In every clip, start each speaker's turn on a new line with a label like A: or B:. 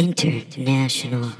A: International.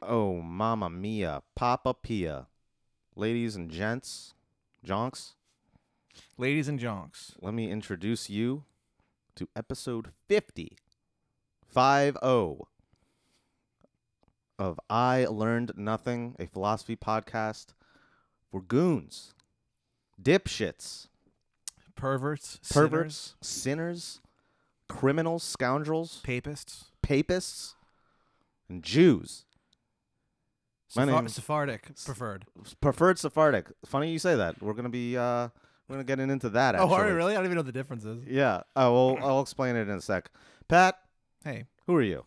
B: Oh, Mamma Mia, Papa Pia. Ladies and gents, jonks,
C: Ladies and jonks.
B: let me introduce you to episode 50, 5 0 of I Learned Nothing, a philosophy podcast for goons, dipshits,
C: Perverts. sinners,
B: perverts, sinners criminals, scoundrels,
C: Papists.
B: papists, and Jews. My
C: Sepha-
B: name-
C: Sephardic preferred.
B: preferred Sephardic. Funny you say that. We're gonna be uh, we're gonna get into that. Actually.
C: Oh, are we really? I don't even know what the difference is.
B: Yeah. Oh, well, I'll explain it in a sec. Pat,
C: Hey,
B: who are you?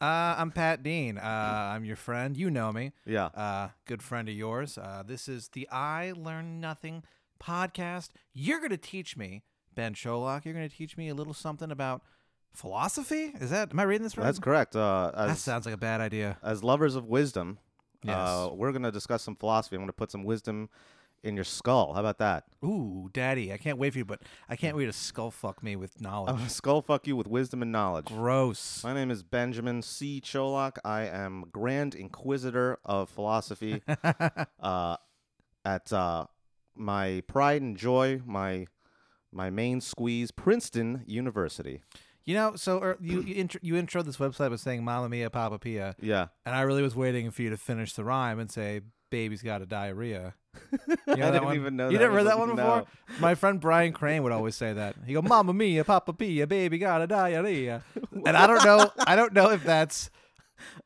C: uh, I'm Pat Dean. Uh, I'm your friend. You know me.
B: Yeah.
C: Uh, good friend of yours. Uh, this is the I Learn Nothing podcast. You're going to teach me, Ben Sholok, you're going to teach me a little something about philosophy? Is that, am I reading this right?
B: That's correct. Uh,
C: That
B: as
C: sounds like a bad idea.
B: as lovers of wisdom, uh,
C: Yes.
B: we're gonna discuss some philosophy. I'm gonna put some wisdom in your skull. How about that?
C: Ooh, daddy, I can't wait for you, but I can't wait to skull fuck me with knowledge.
B: I'm gonna skull fuck you with wisdom and knowledge.
C: Gross.
B: Oh, My name is Benjamin C. Cholak. I am Grand Inquisitor of Philosophy uh, at uh, my pride and joy, my my main squeeze, Princeton University.
C: You know, so er, you you, intro, you intro this website with saying "Mamma Mia, Papa Pia,"
B: Yeah,
C: and I really was waiting for you to finish the rhyme and say "Baby's got a diarrhea." You know
B: I didn't even know
C: You
B: that
C: never heard
B: was
C: that
B: a-
C: one before? My friend Brian Crane would always say that. He go, "Mamma Mia, Papa Pia, baby got a diarrhea," and I don't know. I don't know if that's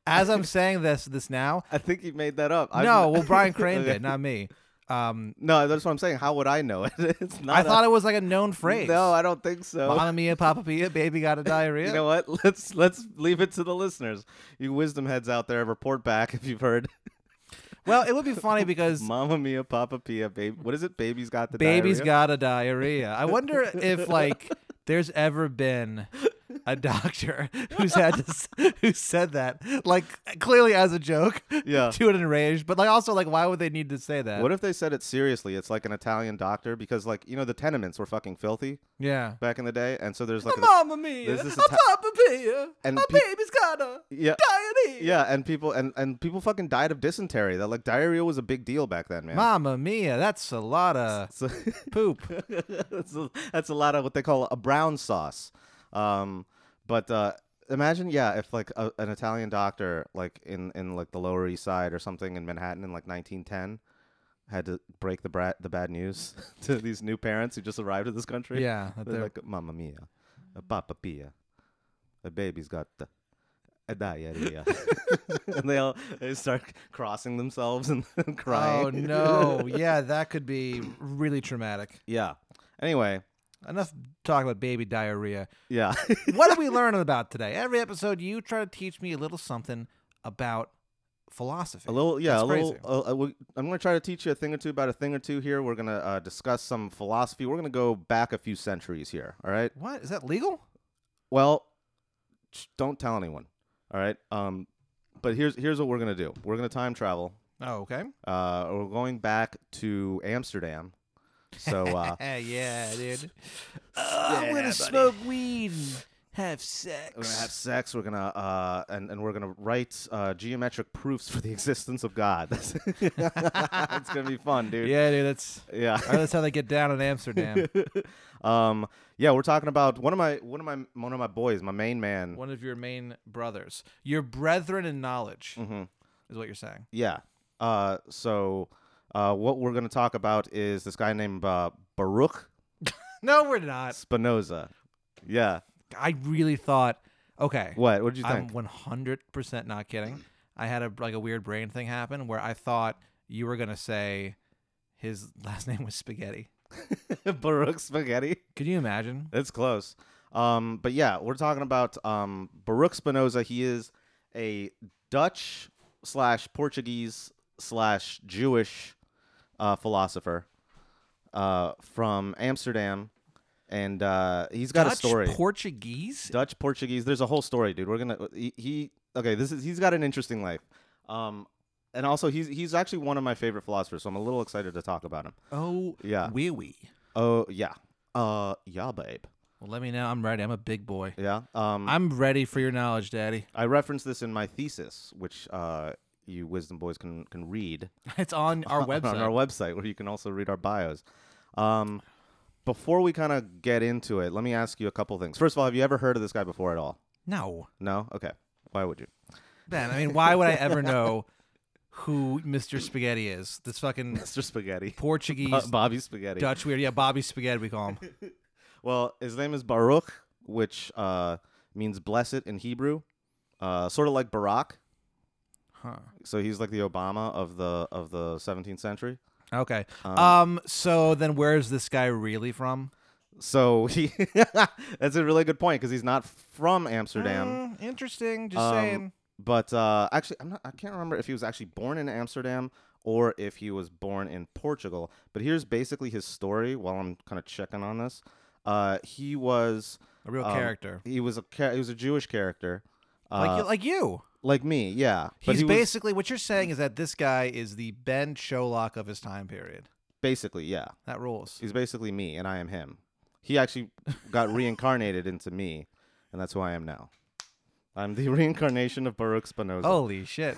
C: as I'm saying this this now.
B: I think you made that up. I've
C: no,
B: n-
C: well, Brian Crane
B: Okay.
C: did, not me. Um,
B: No, that's what I'm saying. How would I know it? It's not.
C: I thought it was like a known phrase.
B: No, I don't think so.
C: Mamma Mia, Papa Pia, baby got a diarrhea.
B: You know what? Let's let's leave it to the listeners. You wisdom heads out there, report back if you've heard.
C: well, it would be funny because
B: Mamma mia, Papa Pia, baby. What is it? Baby's got the
C: Baby's
B: diarrhea?
C: got a diarrhea. I wonder if like there's ever been a doctor who's had to, s- who said that like clearly as a joke
B: Yeah.
C: to an enraged, but like also like why would they need to say that?
B: What if they said it seriously? It's like an Italian doctor because, like, you know, the tenements were fucking filthy
C: yeah.
B: back in the day, and so there's like, a,
C: Mamma mia,
B: this is
C: a
B: Ita-
C: papa mia,
B: And
C: my
B: pe-
C: baby's got a
B: yeah,
C: diarrhea.
B: yeah, and people and and people fucking died of dysentery. That like diarrhea was a big deal back then, man.
C: Mamma mia, that's a lot of
B: So-
C: poop.
B: that's, a, that's a lot of what they call a brown sauce. Um, but uh, imagine, yeah, if like a, an Italian doctor, like in, in like the Lower East Side or something in Manhattan in like 1910, had to break the brat the bad news to these new parents who just arrived in this country.
C: Yeah, that
B: they're
C: they're-
B: like, "Mamma mia, a papa pia, a baby's got the, a diarrhea," and they all they start crossing themselves and, crying.
C: Oh no. Yeah, that could be really traumatic.
B: Yeah. Anyway,
C: Enough talk about baby diarrhea.
B: yeah.
C: what are we learning about today? Every episode, you try to teach me a little something about philosophy.
B: A little, yeah,
C: That's
B: a little.
C: crazy.
B: Uh, uh, we- I'm going to try to teach you a thing or two about a thing or two here. We're going to uh, discuss some philosophy. We're going to go back a few centuries here. All right.
C: What is that legal?
B: Well, sh- don't tell anyone. All right. Um, but here's here's what we're going to do. We're going to time travel.
C: Oh, okay.
B: Uh, we're going back to Amsterdam. So uh,
C: Eh, yeah, dude.
B: yeah, buddy.
C: weed, and have sex.
B: We're gonna have sex. We're gonna uh, and and we're gonna write uh, geometric proofs for the existence of God. That's- it's gonna be fun, dude.
C: yeah, dude. That's
B: Yeah.
C: I know that's how they get down in Amsterdam.
B: um, yeah, we're talking about one of my one of my one of my boys, my main man.
C: One of your main brothers, your brethren in knowledge,
B: Mhm.
C: is what you're saying.
B: Yeah. Uh, so uh, what we're gonna talk about is this guy named uh, Baruch
C: No, we're not.
B: Spinoza. Yeah.
C: I really thought. Okay.
B: What? What did you
C: I'm
B: think?
C: 100% not kidding. I had a like a weird brain thing happen where I thought you were going to say His last name was Spaghetti.
B: Baruch Spaghetti.
C: Could you imagine?
B: It's close. Um, but yeah, we're talking about um, Baruch Spinoza. He is a Dutch slash Portuguese slash Jewish uh, philosopher uh, from Amsterdam, and uh, he's got a
C: Dutch
B: story.
C: Portuguese?
B: Dutch Portuguese. There's a whole story, dude. We're gonna he, he okay. This is he's got an interesting life, um, and also he's he's actually one of my favorite philosophers. So I'm a little excited to talk about him.
C: Oh,
B: Yeah.
C: wee wee.
B: Oh yeah. Uh yeah, babe.
C: Well, let me know. I'm ready. I'm a big boy.
B: Yeah. Um,
C: I'm ready for your knowledge, Daddy.
B: I referenced this in my thesis, which uh, you wisdom boys can can read
C: It's on our
B: on-
C: website.
B: on our website, where you can also read our bios. Um, before we kind of get into it, let me ask you a couple things. First of all, have you ever heard of this guy before at all?
C: no,
B: No. Okay. Why would you?
C: Ben. I mean, why would I ever know who Mr. Spaghetti is? This fucking
B: Mr. Spaghetti,
C: Portuguese
B: Bo- Bobby Spaghetti.
C: Dutch weird. Yeah, Bobby Spaghetti. We call him.
B: Well, his name is Baruch, which uh, means blessed in Hebrew, uh, sort of like Barak.
C: Huh.
B: So he's like the Obama of the of the 17th century.
C: Okay. Um. So then, where is this guy really from?
B: So he that's a really good point because he's not from Amsterdam,
C: Mm, interesting. Just
B: Um,
C: saying.
B: but uh, actually I'm not, I can't remember if he was actually born in Amsterdam or if he was born in Portugal. But here's basically his story while I'm kind of checking on this. Uh, he was
C: A real
B: um,
C: character.
B: He was a cha- he was a Jewish character, uh,
C: like
B: like,
C: you, like you.
B: me, yeah. but
C: He's
B: he was-
C: basically what you're saying is that this guy is the Ben Sholok of his time period.
B: basically yeah.
C: That rules.
B: He's basically me, and I am him. He actually got reincarnated into me, and that's who I am now. I'm the reincarnation of Baruch Spinoza.
C: Holy shit.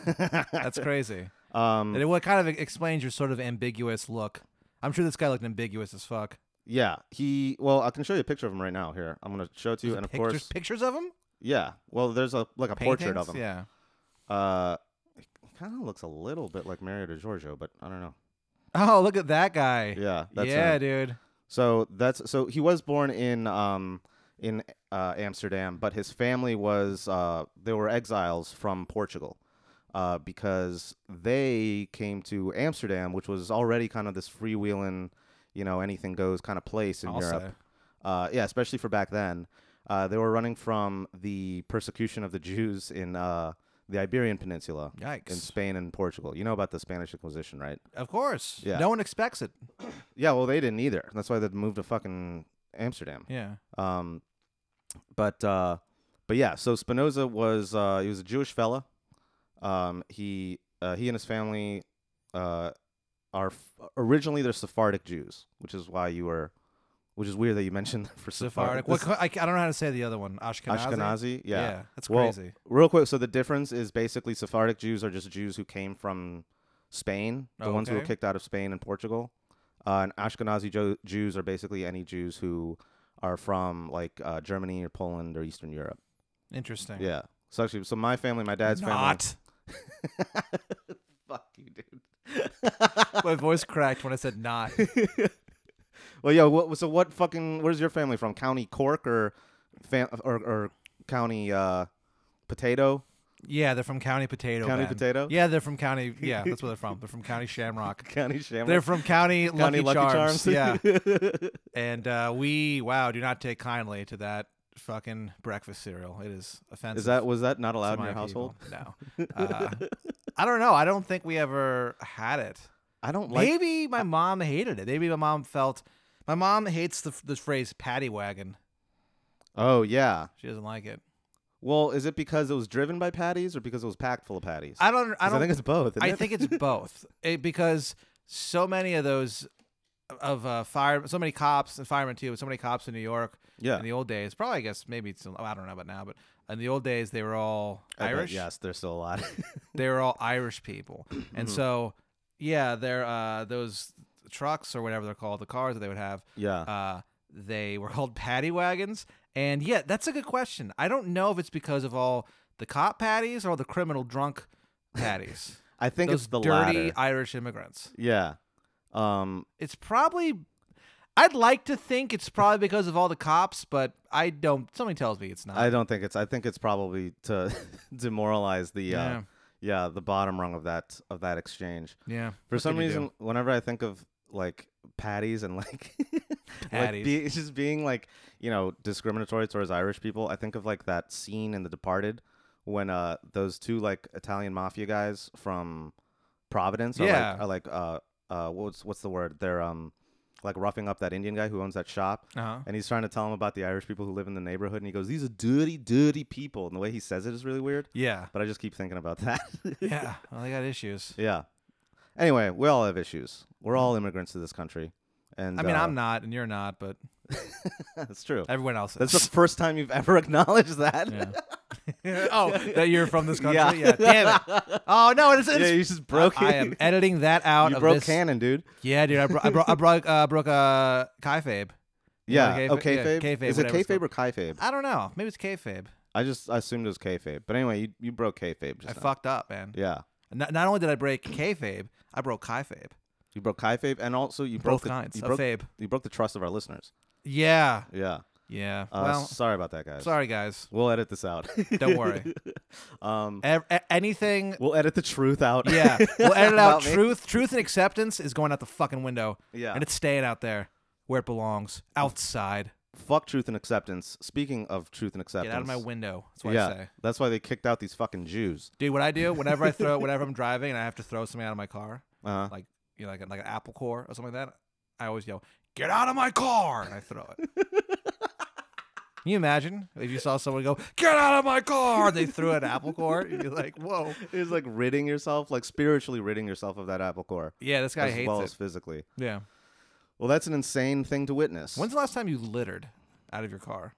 C: That's crazy.
B: Um,
C: And it what kind of explains your sort of ambiguous look. I'm sure this guy looked ambiguous as fuck.
B: yeah, he. Well, I can show you a picture of him right now. Here, I'm gonna show it to you, and of
C: Pictures,
B: course,
C: pictures of him,
B: yeah. Well, there's a like a portrait of
C: Paintings?
B: him.
C: Yeah,
B: Uh, he kind of looks a little bit like Mario De Giorgio, but I don't know.
C: Oh, look at that guy.
B: Yeah, that's
C: yeah,
B: him.
C: dude.
B: So that's so he was born in um in uh, Amsterdam, but his family was uh they were exiles from Portugal. Uh, because they came to Amsterdam, which was already kind of this freewheeling, you know, anything goes kind of place in
C: I'll
B: Europe.
C: say.
B: Uh, yeah, especially for back then. Uh, they were running from the persecution of the Jews in uh, the Iberian Peninsula, in
C: Yikes.
B: Spain and Portugal. You know about the Spanish Inquisition, right?
C: Of course.
B: Yeah.
C: No one expects it.
B: Yeah, well, they didn't either. That's why they moved to fucking Amsterdam.
C: Yeah.
B: Um, but uh, but yeah, so Spinoza was uh, he was a Jewish fella. Um, he uh, he and his family uh, are f- originally they're Sephardic Jews, which is why you were, which is weird that you mentioned that for Sephardic.
C: Sephardic. What, I, I don't know how to say the other one. Ashkenazi.
B: This- Ashkenazi, yeah.
C: that's
B: Well,
C: crazy.
B: Real quick, so the difference is basically Sephardic Jews are just Jews who came from Spain, the ones who were
C: Okay.
B: kicked out of Spain and Portugal. Uh, and Ashkenazi jo- Jews are basically any Jews who are from like uh, Germany or Poland or Eastern Europe.
C: Interesting.
B: Yeah. So actually, so my family, my dad's
C: Not.
B: family. Fuck you, dude.
C: My voice cracked when I said not.
B: Well, yeah. What, so what fucking? Where's your family from? County Cork or, fam- or or county uh, potato?
C: Yeah, they're from County Potato.
B: County
C: Ben.
B: Potato?
C: Yeah, they're from County. Yeah, that's where they're from. They're from County Shamrock.
B: County Shamrock.
C: They're from County Lucky,
B: county Lucky
C: Charms.
B: Charms.
C: Yeah. And uh, we, wow, do not take kindly to that fucking breakfast cereal. It is offensive.
B: Is that was that not
C: to
B: allowed in
C: my
B: your household?
C: people. No. Uh, I don't know. I don't think we ever had it.
B: I don't like.
C: Maybe my mom hated it. Maybe my mom felt. My mom hates the, the phrase paddy wagon.
B: Oh yeah.
C: She doesn't like it.
B: Well, is it because it was driven by patties or because it was packed full of patties?
C: I don't. I
B: 'Cause
C: don't
B: think it's both. isn't
C: I
B: it?
C: think it's both It- because so many of those of uh, fire, so many cops and firemen too. So many cops in New York
B: yeah.
C: in the old days. Probably, I guess maybe it's, I don't know about now, but in the old days they were all
B: I bet,
C: Irish.
B: yes, there's still a lot.
C: they were all Irish people,
B: Mm-hmm.
C: and so yeah, they're uh, those trucks or whatever they're called, the cars that they would have.
B: yeah.
C: Uh, they were called paddy wagons, and yeah, that's a good question. I don't know if it's because of all the cop patties or the criminal drunk patties.
B: I think
C: those
B: it's the
C: dirty
B: latter.
C: Irish immigrants.
B: Yeah. Um.
C: It's probably. I'd like to think it's probably because of all the cops, but I don't. Something tells me it's not.
B: I don't think it's. I think it's probably to demoralize the. Uh,
C: Yeah.
B: yeah. yeah, the bottom rung of that of that exchange.
C: Yeah.
B: For
C: What
B: some
C: can you do?
B: reason, whenever I think of like patties and like like
C: Patties.
B: be, just being like you know discriminatory towards Irish people, I think of like that scene in The Departed when uh those two like Italian mafia guys from Providence are
C: Yeah.
B: like are like uh uh what's what's the word they're um like roughing up that Indian guy who owns that shop.
C: Uh-huh.
B: And he's trying to tell him about the Irish people who live in the neighborhood, and he goes, "These are dirty, dirty people." And the way he says it is really weird.
C: Yeah.
B: But I just keep thinking about that.
C: Yeah. Well, they got issues.
B: Yeah. Anyway, we all have issues. We're all immigrants to this country, and
C: I mean,
B: uh,
C: I'm not, and you're not, but
B: That's true.
C: everyone else
B: That's
C: is.
B: the first time you've ever acknowledged that.
C: Yeah. oh, that you're from this
B: Yeah.
C: country? Yeah. Damn it. Oh, no, it's,
B: Yeah,
C: it's
B: you just broke.
C: I am editing that out
B: you
C: of
B: broke
C: this.
B: canon, dude.
C: Yeah, dude, I, bro- I, bro- I broke uh, broke uh, kayfabe. You know,
B: Yeah.
C: like
B: oh,
C: kayfa- yeah,
B: kayfabe.
C: kayfabe,
B: Is it
C: whatever it's
B: kayfabe
C: called.
B: or kayfabe?
C: I don't know. Maybe it's kayfabe.
B: I just assumed it was kayfabe. But anyway, you, you broke kayfabe. Just
C: I
B: now.
C: fucked up, man.
B: Yeah.
C: Not, not only did I break kayfabe, I broke kayfabe.
B: You broke kayfabe, and also you broke
C: Both
B: the,
C: kinds
B: You
C: of
B: broke,
C: fabe.
B: you broke the trust of our listeners.
C: Yeah.
B: Yeah.
C: Yeah.
B: Uh,
C: well,
B: sorry about that, guys.
C: sorry, guys.
B: We'll edit this out.
C: Don't worry.
B: um,
C: Ev- a- anything.
B: we'll edit the truth out.
C: Yeah. We'll edit out
B: About me.
C: truth. Truth and acceptance is going out the fucking window.
B: Yeah.
C: And it's staying out there where it belongs outside.
B: Fuck truth and acceptance. Speaking of truth and acceptance,
C: Get out of my window. That's what
B: yeah,
C: I say.
B: that's why they kicked out these fucking Jews.
C: Dude, what I do whenever I throw, whenever I'm driving and I have to throw something out of my car,
B: Uh-huh.
C: like you know, like, an- like an apple core or something like that, I always yell, "Get out of my car!" and I throw it. Can you imagine if you saw someone go, "Get out of my car!" and they threw an apple core? You'd be like, "Whoa!"
B: It's like ridding yourself, like spiritually ridding yourself of that apple core,
C: Yeah, this guy
B: as
C: hates
B: well
C: it.
B: as physically.
C: yeah.
B: Well, that's an insane thing to witness.
C: When's the last time you littered out of your car?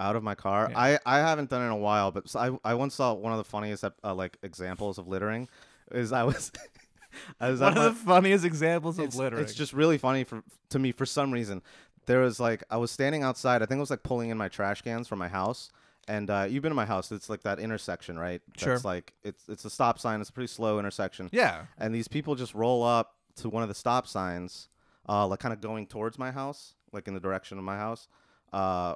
B: out of my car.
C: Yeah.
B: I, I haven't done it in a while, but s- I, I once saw one of the funniest ep- uh, like examples of littering. Is I was I was at my-
C: funniest examples
B: it's, It's just really funny for to me for some reason. There was like I was standing outside. I think I was like pulling in my trash cans from my house. And uh, you've been to my house. It's like that intersection, right?
C: Sure.
B: That's like it's it's a stop sign. It's a pretty slow intersection.
C: yeah.
B: And these people just roll up to one of the stop signs, uh, like kind of going towards my house, like in the direction of my house, uh,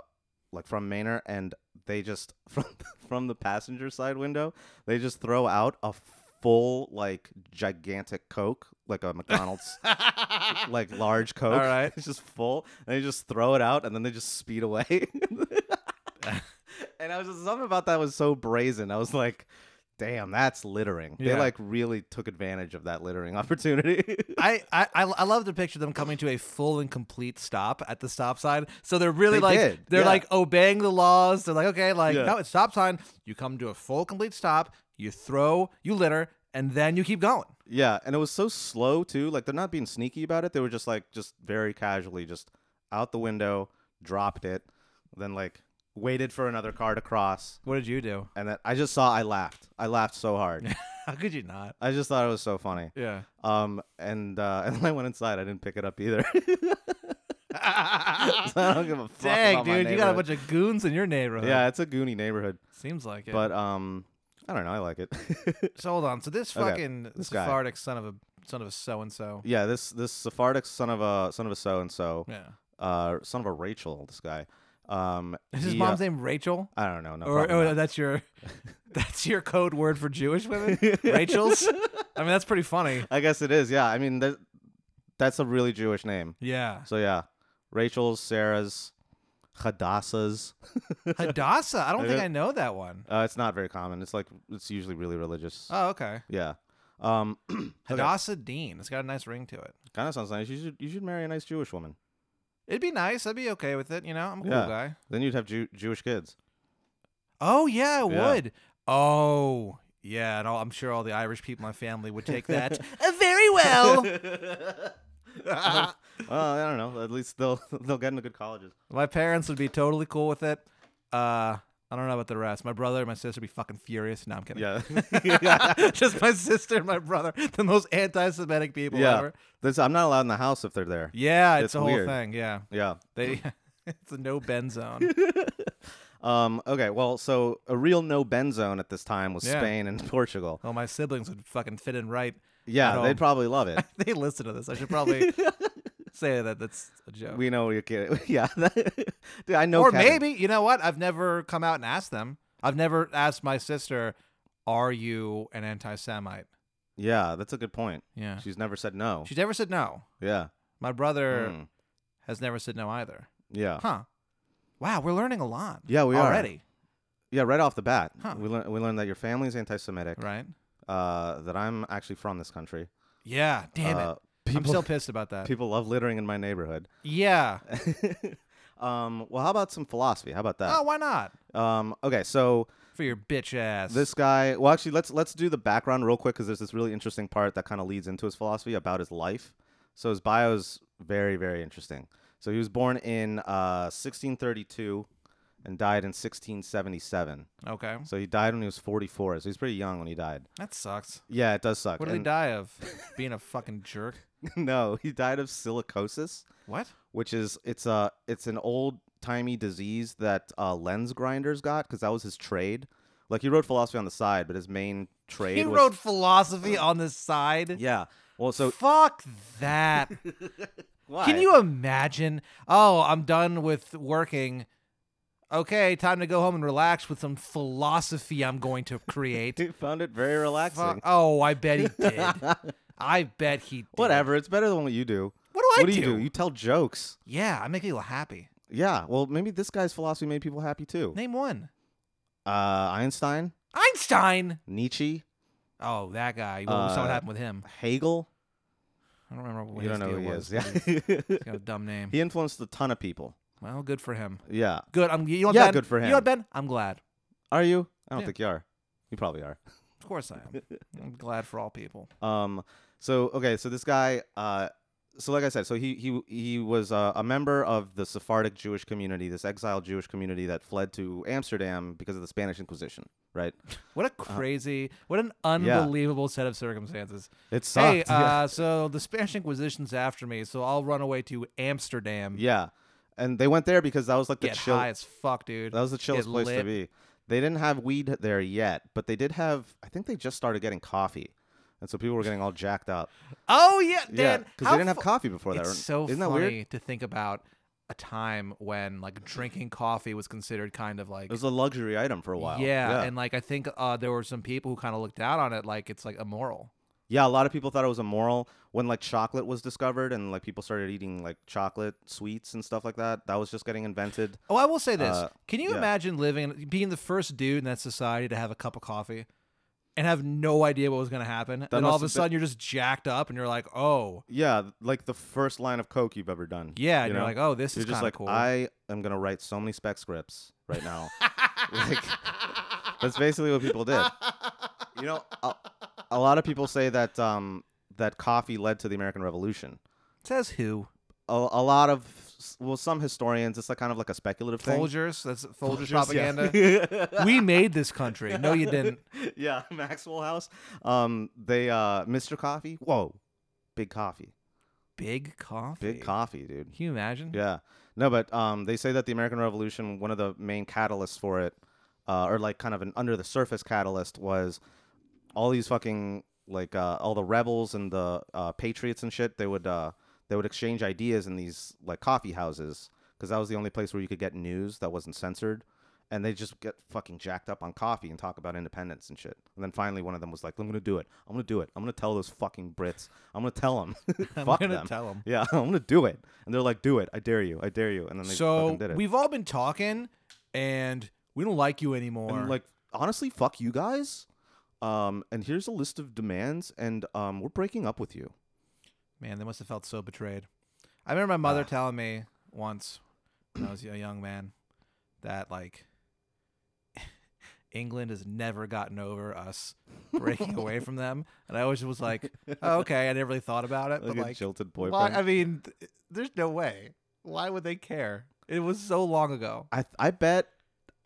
B: like from Manor. And they just from from the passenger side window, they just throw out a full like gigantic Coke, like a McDonald's like large coke.
C: right.
B: It's just full. And they just throw it out and then they just speed away. and I was just something about that was so brazen. I was like, damn, that's littering.
C: Yeah.
B: They like really took advantage of that littering opportunity.
C: I, I I I love to picture them coming to a full and complete stop at the stop sign. So they're really
B: They
C: like
B: did,
C: they're
B: yeah.
C: like obeying the laws. They're like okay, like
B: Yeah.
C: no, it's stop sign. You come to a full complete stop. You throw, you litter, and then you keep going.
B: yeah. And it was so slow too. Like they're not being sneaky about it. They were just like just very casually just out the window, dropped it, then like waited for another car to cross.
C: What did you do?
B: And then I just saw I laughed. I laughed so hard.
C: How could you not?
B: I just thought it was so funny.
C: Yeah.
B: Um, and uh, and then I went inside. I didn't pick it up either. so I don't give a fuck.
C: Dang,
B: about my
C: dude, you got a
B: neighborhood.
C: bunch of goons in your neighborhood.
B: Yeah, it's a goony neighborhood,
C: Seems like it.
B: but um, I don't know. I like it.
C: so hold on. So this
B: Okay,
C: fucking
B: this guy.
C: Sephardic son of a son of a so and so.
B: yeah, this this Sephardic son of a son of a so and so,
C: Yeah.
B: uh, son of a Rachel. This guy. Um,
C: Is his
B: he, uh,
C: mom's name Rachel?
B: I don't know. No,
C: or
B: probably
C: oh,
B: not.
C: that's your that's your code word for Jewish women, Rachel's. I mean, that's pretty funny.
B: I guess it is. Yeah, I mean that that's a really Jewish name.
C: Yeah,
B: So yeah, Rachel's, Sarah's, Hadassah's.
C: Hadassah. I don't think
B: Yeah.
C: I know that one.
B: Uh, it's not very common. It's like it's usually really religious.
C: Oh, okay.
B: Yeah. Um,
C: Hadassah Dean. It's got a nice ring to it.
B: kind of sounds nice. You should you should marry a nice Jewish woman.
C: It'd be nice. I'd be okay with it. You know, I'm a cool
B: Yeah.
C: guy.
B: Then you'd have Jew- Jewish kids.
C: Oh yeah, I
B: Yeah.
C: would. Oh yeah, and all, I'm sure all the Irish people in my family would take that uh, very well.
B: well, I don't know. At least they'll they'll get into good colleges.
C: my parents would be totally cool with it. Uh, I don't know about the rest. My brother and my sister would be fucking furious. No, I'm kidding.
B: Yeah.
C: just my sister and my brother, the most anti-Semitic people
B: yeah.
C: ever.
B: This, I'm not allowed in the house if they're there.
C: Yeah, it's
B: That's
C: a whole
B: weird.
C: thing. Yeah,
B: Yeah.
C: they, it's a no bend zone.
B: Um, okay. Well, so a real no bend zone at this time was
C: Yeah.
B: Spain and Portugal.
C: Oh, my siblings would fucking fit in right. At
B: Yeah,
C: all.
B: they'd probably love it.
C: They listen to this. I should probably say that that's a joke.
B: we know you're kidding. yeah. Dude, I know.
C: or
B: Kevin.
C: maybe you know what? I've never come out and asked them. I've never asked my sister. are you an anti Semite?
B: Yeah, that's a good point.
C: Yeah.
B: She's never said no.
C: She's never said no.
B: yeah.
C: My brother
B: Mm.
C: has never said no either.
B: Yeah.
C: Huh. Wow, we're learning a lot.
B: Yeah, we are.
C: already,
B: Yeah, right off the bat,
C: Huh.
B: we, learn we learned that your family's anti-Semitic.
C: right?
B: Uh, that I'm actually from this country.
C: Yeah, damn
B: Uh,
C: it.
B: People,
C: I'm still pissed about that.
B: people love littering in my neighborhood.
C: yeah.
B: um, well, how about some philosophy? How about
C: oh,
B: that?
C: why not?
B: Um, okay, so
C: For your bitch ass.
B: this guy. Well, actually, let's let's do the background real quick because there's this really interesting part that kind of leads into his philosophy about his life. So his bio is very very interesting. So he was born in uh, 1632 and died in 1677.
C: Okay.
B: So he died when he was 44. So he's pretty young when he died.
C: That sucks.
B: Yeah, it does suck.
C: What did he
B: And-
C: die of? Being a fucking jerk.
B: no, he died of silicosis,
C: What?
B: which is it's a it's an old timey disease that uh, lens grinders got because that was his trade. Like he wrote philosophy on the side, but his main trade
C: He
B: was
C: wrote philosophy on the side.
B: yeah. Well, so
C: Fuck that.
B: why?
C: Can you imagine? Oh, I'm done with working. Okay, time to go home and relax with some philosophy I'm going to create.
B: He found it very
C: Fuck.
B: relaxing.
C: Oh, I bet he did. I bet he did.
B: Whatever, it's better than what you do.
C: What do I
B: what do, you do? You tell jokes.
C: Yeah, I make people happy.
B: Yeah. Well, maybe this guy's philosophy made people happy too.
C: Name one.
B: Uh, Einstein,
C: Einstein.
B: Nietzsche,
C: Oh, that guy. Well, we saw what
B: Uh,
C: happened with him.
B: Hegel.
C: I don't remember what
B: you
C: his
B: don't know
C: deal
B: who he
C: was.
B: is.
C: but he's-
B: Yeah.
C: he's got a dumb name.
B: he influenced a ton of people.
C: Well, good for him.
B: Yeah.
C: Good. I'm. You know what,
B: Yeah,
C: Ben?
B: good for
C: You
B: him.
C: know what, Ben? I'm glad.
B: Are you? I don't
C: Yeah.
B: think you are. You probably are.
C: Of course I am. I'm glad for all people.
B: Um. So okay. So this guy. Uh. So like I said. So he he he was uh, a member of the Sephardic Jewish community, this exiled Jewish community that fled to Amsterdam because of the Spanish Inquisition. Right.
C: What a
B: Uh,
C: crazy, what an unbelievable set of circumstances.
B: It
C: Hey,
B: sucked. yeah.
C: uh, so the Spanish Inquisition's after me, so I'll run away to Amsterdam.
B: Yeah. And they went there because that was like the
C: Get
B: chill.
C: high as fuck, dude.
B: That was the chillest place to
C: lit.
B: be. They didn't have weed there yet, but they did have. I think they just started getting coffee, and so people were getting all jacked up.
C: Oh yeah,
B: yeah,
C: Dan.
B: because they
C: how
B: didn't have
C: fu-
B: coffee before that.
C: It's so
B: Isn't that
C: funny
B: weird?
C: to think about a time when like drinking coffee was considered kind of like
B: It was a luxury item for a while.
C: Yeah,
B: yeah.
C: and like I think uh, there were some people who kind of looked down on it, like it's like immoral.
B: Yeah, a lot of people thought it was immoral when like chocolate was discovered and like people started eating like chocolate sweets and stuff like that. That was just getting invented.
C: Oh, I will say this:
B: Uh,
C: Can you
B: yeah.
C: imagine living, being the first dude in that society to have a cup of coffee, and have no idea what was going to happen, and
B: must
C: all of a
B: have been-
C: sudden you're just jacked up, and you're like, oh
B: Yeah, like the first line of coke you've ever done.
C: yeah, and
B: you
C: you're
B: know?
C: like, oh this
B: you're
C: is
B: just
C: kind of
B: like
C: cool.
B: I am gonna write so many spec scripts right now. like, that's basically what people did. You know, a, a lot of people say that um, that coffee led to the American Revolution.
C: Says who?
B: A, a lot of well, some historians, it's like kind of like a speculative thing.
C: Folgers. That's Folgers,
B: Just- yeah.
C: propaganda. we made this country. No, you didn't.
B: yeah, Maxwell House. Um, they uh, Mr. Coffee. Whoa, big coffee,
C: Big coffee.
B: big coffee, dude.
C: Can you imagine?
B: Yeah, no, but um, they say that the American Revolution, one of the main catalysts for it, uh, or like kind of an under the surface catalyst, was all these fucking like uh, all the rebels and the uh, patriots and shit. They would uh, they would exchange ideas in these like coffee houses because that was the only place where you could get news that wasn't censored. And they just get fucking jacked up on coffee and talk about independence and shit. And then finally, one of them was like, "I'm gonna do it. I'm gonna do it. I'm gonna tell those fucking Brits. I'm gonna tell them.
C: I'm
B: Fuck
C: gonna
B: them.
C: tell them.
B: Yeah, I'm gonna do it. And they're like, do it. I dare you. I dare you. And then they
C: So
B: fucking did it.
C: we've all been talking, and we don't like you anymore.
B: and like honestly, fuck you guys. Um, and here's a list of demands, and um, we're breaking up with you.
C: Man, they must have felt so betrayed. I remember my mother
B: Ah.
C: telling me once when I was a young man that like England has never gotten over us breaking away from them, and I always was like, oh, okay, I never really thought about it,
B: Like
C: but
B: a
C: like,
B: jilted boyfriend.
C: why? I mean, th- there's no way. Why would they care? It was so long ago.
B: I I bet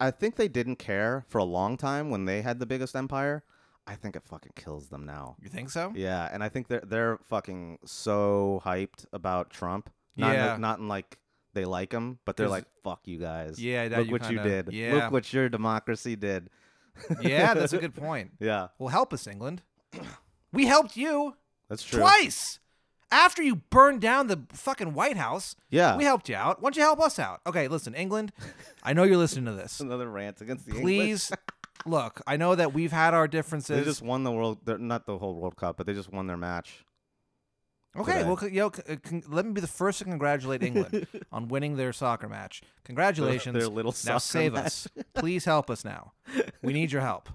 B: I think they didn't care for a long time when they had the biggest empire. I think it fucking kills them now.
C: You think so?
B: Yeah, and I think they're they're fucking so hyped about Trump. Not in,
C: Yeah.
B: like, not in like they like him, but they're
C: 'Cause-
B: like, fuck you guys.
C: Yeah, now
B: Look
C: you
B: what you
C: kinda-
B: did.
C: yeah.
B: Look what your democracy did.
C: yeah, that's a good point.
B: Yeah,
C: Well, help us, England. We helped you
B: that's true.
C: twice. After you burned down the fucking White House,
B: Yeah.
C: we helped you out. Why don't you help us out? Okay, listen, England, I know you're listening to this.
B: another rant against the English.
C: Please look, I know that we've had our differences.
B: They just won the world. They're not the whole World Cup, but they just won their match.
C: Okay,
B: today.
C: well, c- yo, c- uh, con- let me be the first to congratulate England on winning their soccer match. Congratulations.
B: Their little
C: now
B: soccer
C: save
B: match.
C: us. Please help us now. We need your help.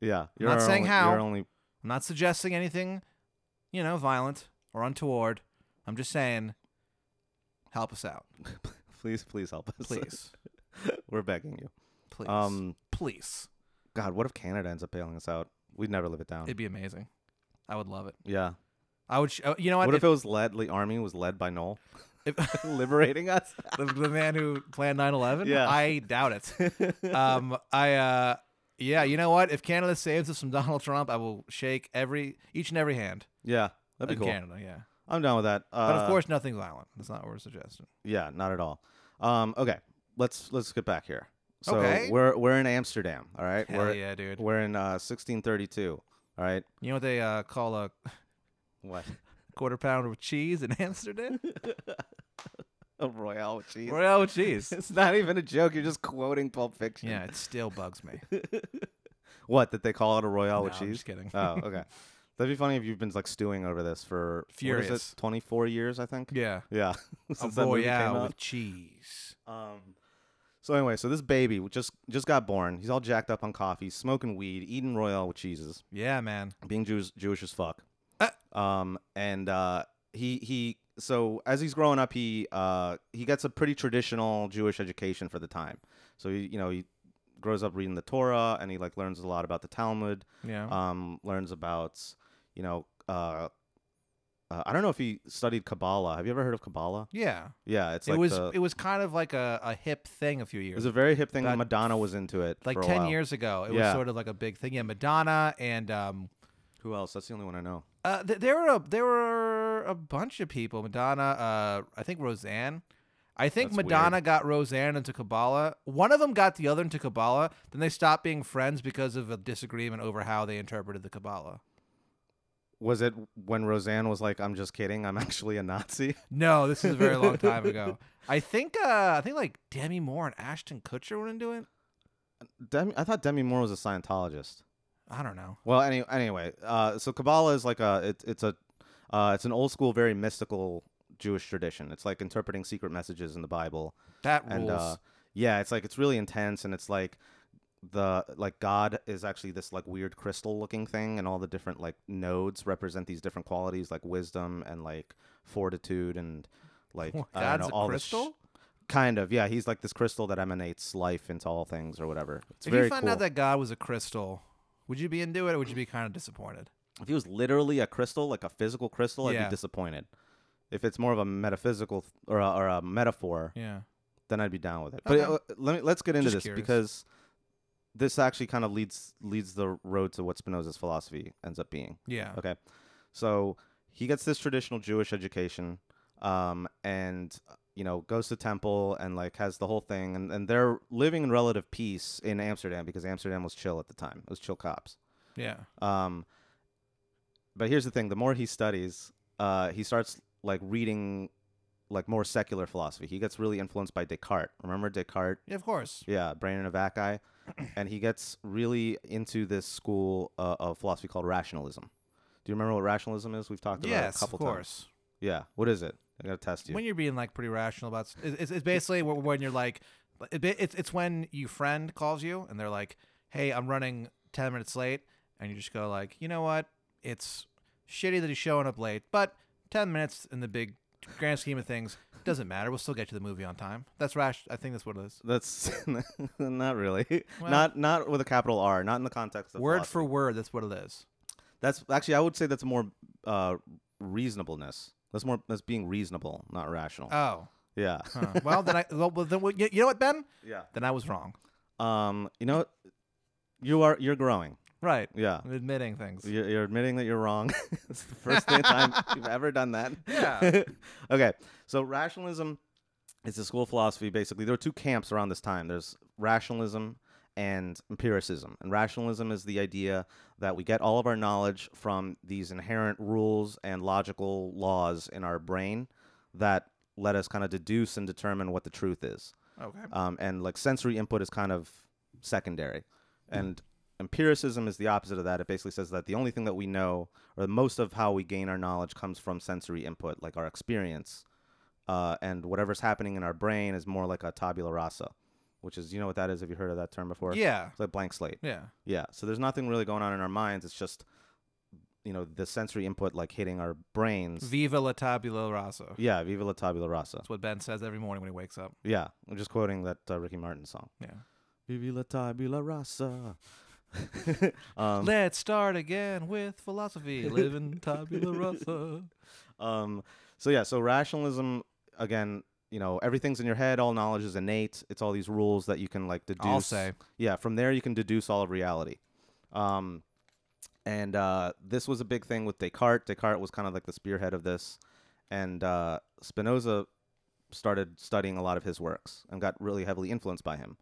B: Yeah, you're
C: not
B: our
C: saying
B: only,
C: how.
B: You're only
C: I'm not suggesting anything, you know, violent or untoward. I'm just saying, help us out,
B: please, please help us.
C: please,
B: we're begging you.
C: please,
B: Um,
C: please.
B: God, what if Canada ends up bailing us out? We'd never live it down.
C: It'd be amazing. I would love it.
B: yeah.
C: I would. Sh- uh, you know what?
B: What if it was led? The army was led by Noel,
C: If-
B: liberating us.
C: the, the man who planned 9-11
B: Yeah.
C: i doubt it um i uh yeah you know what if canada saves us from donald trump i will shake every each and every hand
B: Yeah, that'd
C: in
B: be cool.
C: canada yeah
B: I'm down with that. Uh,
C: but of course nothing violent that's not what we're suggesting
B: yeah, not at all. Um, okay, let's let's get back here. So
C: Okay.
B: we're we're in Amsterdam. All right,
C: Hell
B: we're
C: yeah dude
B: we're in uh, 1632. All right,
C: you know what they uh call a
B: what?
C: quarter pounder with cheese in amsterdam
B: A royale cheese.
C: royale with cheese
B: It's not even a joke. You're just quoting Pulp Fiction.
C: yeah it still bugs me
B: What did they call it? A royale
C: no,
B: with
C: i'm
B: cheese?
C: just kidding
B: oh, okay. That'd be funny if you've been like stewing over this for What is
C: Furious.
B: it? Twenty four years, I think.
C: yeah
B: Yeah.
C: a
B: Since that movie came
C: royale
B: out.
C: with cheese
B: Um, so anyway, so this baby w- just just got born. He's all jacked up on coffee, smoking weed, eating royale with cheeses,
C: yeah man
B: being Jewish Jewish as fuck.
C: Uh.
B: Um, and uh, he he so as he's growing up, he uh he gets a pretty traditional Jewish education for the time. So he you know he grows up reading the Torah and he like learns a lot about the Talmud
C: yeah
B: um, learns about, you know, uh, uh, I don't know if he studied Kabbalah. Have you ever heard of Kabbalah?
C: yeah
B: Yeah, it's
C: it
B: like
C: was
B: the-
C: it was kind of like a, a hip thing a few
B: it
C: years
B: was a very hip thing.
C: about
B: Madonna was into it
C: like
B: for a
C: 10
B: while.
C: years ago it was
B: Yeah.
C: sort of like a big thing yeah madonna and um
B: Who else? That's the only one I know.
C: uh th- there were a there were a bunch of people madonna uh i think roseanne i think
B: That's
C: madonna got roseanne into kabbalah one of them got the other into kabbalah then they stopped being friends because of a disagreement over how they interpreted the kabbalah
B: Was it when Roseanne was like, "I'm just kidding. I'm actually a Nazi."
C: no this is a very long time ago i think uh i think like demi moore and ashton kutcher went into it
B: Demi, I thought Demi Moore was a Scientologist.
C: i don't know
B: Well, any, anyway, uh, so Kabbalah is like a it, it's a uh, it's an old school, very mystical Jewish tradition. It's like interpreting secret messages in the Bible.
C: that rules
B: and uh, yeah, it's like it's really intense, and it's like the like God is actually this like weird crystal looking thing, and all the different like nodes represent these different qualities like wisdom and like fortitude and like
C: What,
B: I don't
C: God's
B: know,
C: a
B: all this sh-
C: crystal
B: kind of yeah, he's like this crystal that emanates life into all things or whatever. It's
C: if
B: very
C: you found
B: cool.
C: out that God was a crystal, would you be into it or would you be kind of disappointed?
B: if he was literally a crystal, like a physical crystal, I'd
C: Yeah.
B: be disappointed. If it's more of a metaphysical th- or a, or a metaphor,
C: Yeah.
B: then I'd be down with it.
C: Okay.
B: But uh, let me let's get into
C: Just
B: this
C: curious.
B: because this actually kind of leads leads the road to what Spinoza's philosophy ends up being.
C: Yeah.
B: Okay, so he gets this traditional Jewish education, um, and you know goes to temple and like has the whole thing, and, and they're living in relative peace in Amsterdam because Amsterdam was chill at the time. It was chill cops.
C: Yeah.
B: Um, but here's the thing: the more he studies, uh, he starts like reading like more secular philosophy. He gets really influenced by Descartes. Remember Descartes?
C: Yeah, of course.
B: Yeah, brain in a vacuum. and he gets really into this school uh, of philosophy called rationalism. Do you remember what rationalism is? We've talked about it
C: Yes,
B: a
C: of
B: couple times.
C: course.
B: Yeah. What is it? I gotta test you.
C: When you're being like pretty rational about s- it's, it's- it's basically wh- when you're like it ba- it's it's when your friend calls you and they're like, "Hey, I'm running 10 minutes late." And you just go like, "You know what? It's shitty that he's showing up late, but 10 minutes in the big grand scheme of things doesn't matter. We'll still get to the movie on time." That's rash I think that's what it is.
B: That's not really.
C: Well-
B: not not with a capital R. Not in the context of
C: Word
B: philosophy.
C: for word, that's what it is.
B: That's actually I would say that's more uh, reasonableness. That's more that's being reasonable, not rational.
C: Oh.
B: yeah.
C: Huh. Well, then I well, well, then we- you you know what, Ben?
B: Yeah.
C: Then I was wrong.
B: Um, you know, you are you're growing.
C: Right.
B: Yeah.
C: I'm admitting things.
B: You're, you're admitting that you're wrong. it's the first day time you've ever done that.
C: Yeah.
B: okay. So rationalism is a school of philosophy. Basically, there are two camps around this time. There's rationalism and empiricism. And rationalism is the idea that we get all of our knowledge from these inherent rules and logical laws in our brain that let us kind of deduce and determine what the truth is
C: Okay.
B: um, and like sensory input is kind of secondary And empiricism is the opposite of that. It basically says that the only thing that we know, or most of how we gain our knowledge, comes from sensory input, like our experience. Uh, and whatever's happening in our brain is more like a tabula rasa, which is, you know what that is? Have you heard of that term before?
C: Yeah.
B: It's like blank slate.
C: Yeah.
B: Yeah. So there's nothing really going on in our minds. It's just, you know, the sensory input like hitting our brains.
C: Viva la tabula rasa.
B: yeah, viva la tabula rasa.
C: That's what Ben says every morning when he wakes up.
B: Yeah, I'm just quoting that uh, Ricky Martin song.
C: Yeah.
B: Viva la tabula rasa. um,
C: Let's start again with philosophy. Living tabula rasa.
B: um, so yeah, so rationalism again, you know, everything's in your head. All knowledge is innate. It's all these rules that you can like deduce.
C: I'll say.
B: yeah, from there you can deduce all of reality. Um, and uh, this was a big thing with Descartes. Descartes was kind of like the spearhead of this, and uh, Spinoza started studying a lot of his works and got really heavily influenced by him.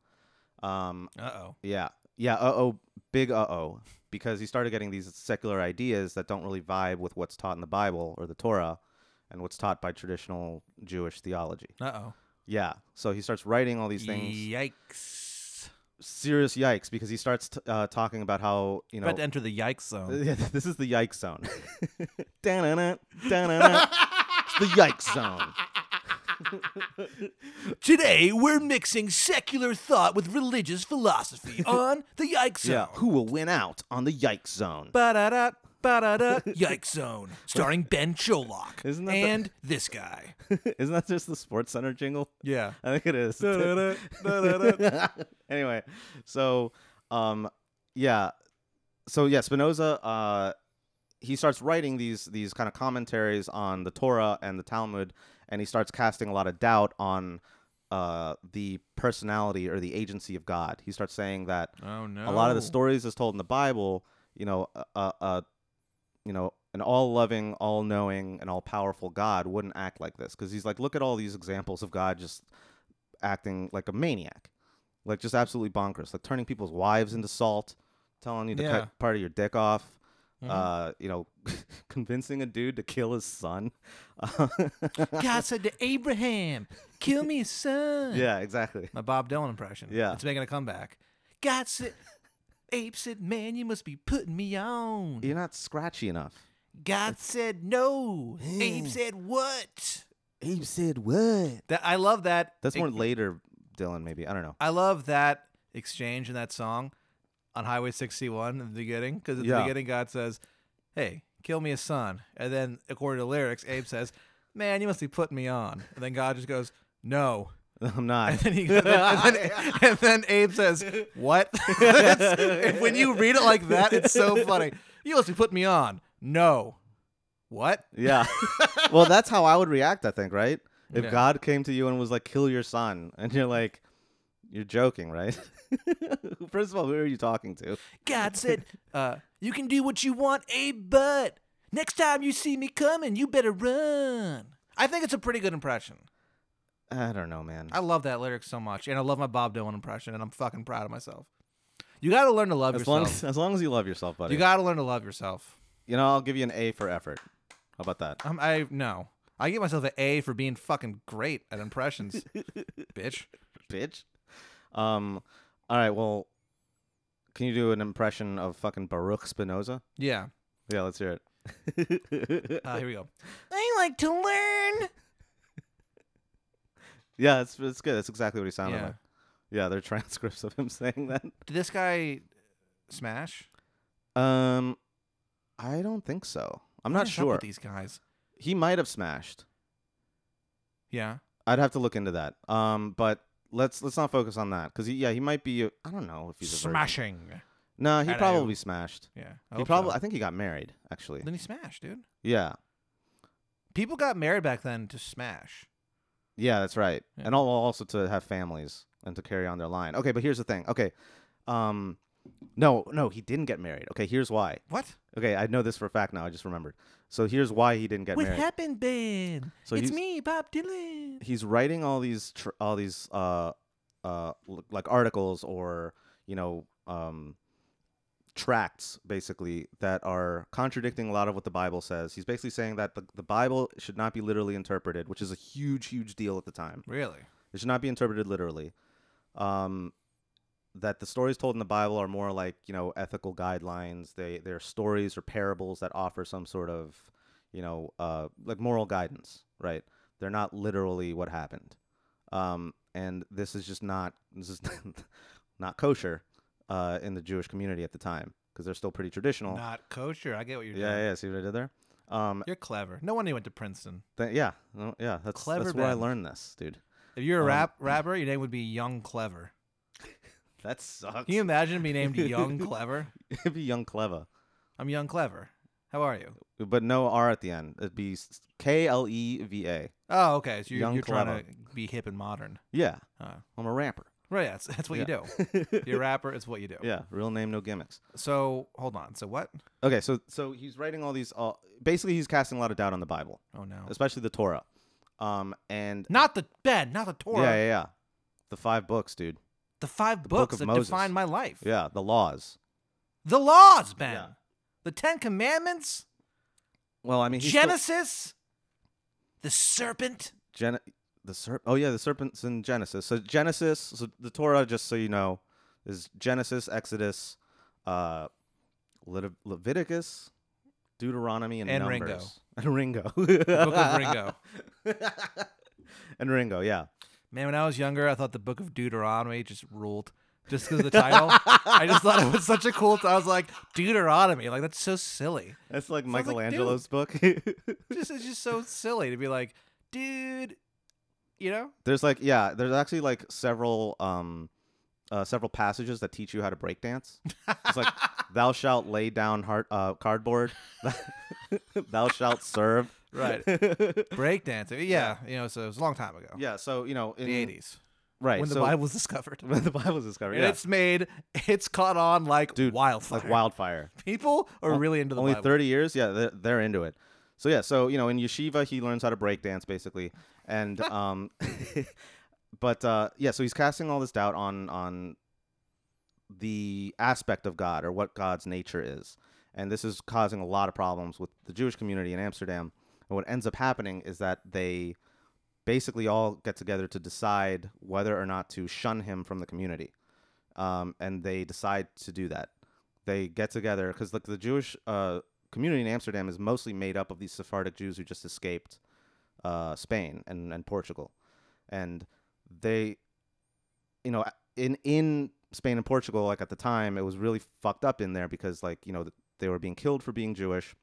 B: Um,
C: Uh oh.
B: yeah. Yeah. Uh oh. Big uh oh. Because he started getting these secular ideas that don't really vibe with what's taught in the Bible or the Torah and what's taught by traditional Jewish theology.
C: Uh oh.
B: Yeah. So he starts writing all these things.
C: Yikes.
B: Serious yikes because he starts t- uh, talking about how, you know.
C: About to enter the yikes zone.
B: Yeah, this is the yikes zone. Da-na-na, da-na-na. It's the yikes zone.
C: Today, we're mixing secular thought with religious philosophy on the yikes
B: Yeah. Who will win out on the yikes zone?
C: Ba-da-da, ba-da-da, yikes zone. Starring Ben Cholock.
B: Isn't that the-
C: And this guy.
B: Isn't that just the Sports Center jingle?
C: Yeah.
B: I think it is.
C: Oh,
B: anyway, so um yeah. So yeah, Spinoza uh he starts writing these these kind of commentaries on the Torah and the Talmud and he starts casting a lot of doubt on uh the personality or the agency of God. He starts saying that
C: Oh no.
B: a lot of the stories as told in the Bible, you know, uh, uh, uh, you know, an all-loving, all-knowing, and all-powerful God wouldn't act like this because he's like, look at all these examples of God just acting like a maniac, like just absolutely bonkers, like turning people's wives into salt, telling you to
C: Yeah.
B: cut part of your dick off.
C: Mhm.
B: Uh, you know, convincing a dude to kill his son.
C: God said to Abraham, "Kill me, son."
B: yeah, exactly.
C: My Bob Dylan impression.
B: Yeah.
C: It's making a comeback. God said, Abe said, "Man, you must be putting me on."
B: You're not scratchy enough.
C: God said no. Abe said what?
B: Abe said what?
C: That I love that.
B: That's more later, Dylan. Maybe I don't know.
C: I love that exchange in that song on Highway 61 in the beginning because at
B: Yeah.
C: the beginning God says, "Hey, kill me a son," and then according to lyrics, Abe says, "Man, you must be putting me on," and then God just goes, "No."
B: I'm not.
C: And then, he, and, then, and then Abe says, "What?" It's- when you read it like that, it's so funny. You must be putting me on. No, what?
B: Yeah. well, that's how I would react, I think, right? If
C: Yeah.
B: God came to you and was like, kill your son, and you're like, you're joking, right? First of all, who are you talking to?
C: God said, uh, "You can do what you want, Abe, but next time you see me coming, you better run." I think it's a pretty good impression.
B: I don't know, man.
C: I love that lyric so much, and I love my Bob Dylan impression, and I'm fucking proud of myself. You got to learn to love
B: As long
C: yourself.
B: as, as long as you love yourself, buddy.
C: you
B: You,
C: got to learn to love yourself.
B: know, I'll give you an A for effort. How about that?
C: Um, I no. I give myself an A for being fucking great at impressions, bitch.
B: Bitch. Um, all right, well, can you do an impression of fucking Baruch Spinoza?
C: Yeah.
B: Yeah, let's hear it.
C: Uh, here we go. I like to learn.
B: yeah, it's, it's good. That's exactly what he sounded
C: Yeah.
B: like. Yeah, they're transcripts of him saying that.
C: Did this guy smash?
B: Um, I don't think so. I'm not
C: What is up
B: sure.
C: with these guys.
B: He might have smashed.
C: Yeah.
B: I'd have to look into that. Um, but let's let's not focus on that because yeah, he might be. I I don't know if he's a virgin.
C: Smashing.
B: No, he
C: Hello.
B: probably smashed.
C: Yeah.
B: he probably. I think he got married actually.
C: Then he smashed, dude.
B: Yeah,
C: People got married back then to smash.
B: yeah, that's right.
C: Yeah.
B: And al- also to have families and to carry on their line. Okay, but here's the thing. Okay, um, no, no, he didn't get married. Okay, here's why.
C: What?
B: Okay, I know this for a fact now. I just remembered. So here's why he didn't get
C: what
B: married.
C: happened, Ben?
B: So
C: it's
B: he's-
C: me, Bob Dylan.
B: he's writing all these tr- all these uh uh l- like articles or you know um tracts basically that are contradicting a lot of what the bible says he's basically saying that the, the bible should not be literally interpreted which is a huge huge deal at the time
C: Really?
B: it should not be interpreted literally um that the stories told in the Bible are more like you know ethical guidelines. They they're stories or parables that offer some sort of you know uh, like moral guidance, right? They're not literally what happened, um, and this is just not this is not kosher uh, in the Jewish community at the time because they're still pretty traditional.
C: Not kosher. I get what you're
B: yeah,
C: doing.
B: yeah. See what I did there? Um,
C: You're clever. No wonder you went to Princeton.
B: th- yeah, no, yeah. That's
C: Clever
B: that's where I
C: band.
B: learned this, dude.
C: If you're a
B: Um,
C: rap rapper, your name would be Young Clever.
B: That sucks.
C: Can you imagine being named Young Clever?
B: It'd be young clever,
C: I'm Young Clever. How are you?
B: but no R at the end. It'd be K L E V A.
C: Oh, okay. So you're,
B: Young
C: you're trying
B: Clever.
C: to be hip and modern.
B: Yeah,
C: Ah.
B: I'm a ramper.
C: Right. That's that's what
B: Yeah.
C: you do. You're a rapper. It's what you do.
B: Yeah, real name, no gimmicks.
C: So hold on. So what?
B: Okay, so so he's writing all these. Uh, basically, he's casting a lot of doubt on the Bible,
C: Oh no.
B: especially the Torah. Um, and
C: Not the Ben. Not the Torah.
B: yeah, yeah, yeah, the five books, dude.
C: The five
B: Book
C: books
B: of
C: that
B: Moses.
C: define my life.
B: Yeah, the laws.
C: The laws, Ben.
B: Yeah.
C: The Ten Commandments.
B: Well, I mean, he's still-
C: Genesis. The serpent.
B: Gen the serp oh yeah the serpents in Genesis so Genesis so the Torah just so you know is Genesis Exodus uh Lit- Leviticus Deuteronomy and,
C: And Ringo.
B: Numbers and Ringo
C: The Book of Ringo.
B: and Ringo yeah
C: Man, when I was younger, I thought the Book of Deuteronomy just ruled. Just because of the title, I just thought it was such a cool. T- I was like, Deuteronomy, like that's so silly.
B: that's like
C: like, dude.
B: Michelangelo's book
C: Just it's just so silly to be like, dude, you know,
B: there's like yeah there's actually like several um uh, several passages that teach you how to break dance it's like thou shalt lay down heart uh, cardboard thou shalt serve
C: right? Breakdance, yeah, you know. So it was a long time ago,
B: Yeah, so you know, in
C: the eighties,
B: right?
C: when the
B: so-
C: Bible was discovered.
B: when the Bible was discovered,
C: And
B: yeah,
C: it's made, it's caught on like
B: Dude,
C: wildfire.
B: like wildfire.
C: People are
B: On-
C: really into the
B: Only
C: Bible.
B: thirty years, yeah, they're, they're into it. So yeah, so you know, in yeshiva, he learns how to break dance basically, and um, but uh, yeah, so he's casting all this doubt on on the aspect of God or what God's nature is, and this is causing a lot of problems with the Jewish community in Amsterdam. And what ends up happening is that they basically all get together to decide whether or not to shun him from the community. Um, and they decide to do that. They get together because look, the Jewish uh, community in Amsterdam is mostly made up of these Sephardic Jews who just escaped uh, Spain and, and Portugal, and they, you know, in in Spain and Portugal, like at the time, it was really fucked up in there because like you know th- they were being killed for being Jewish,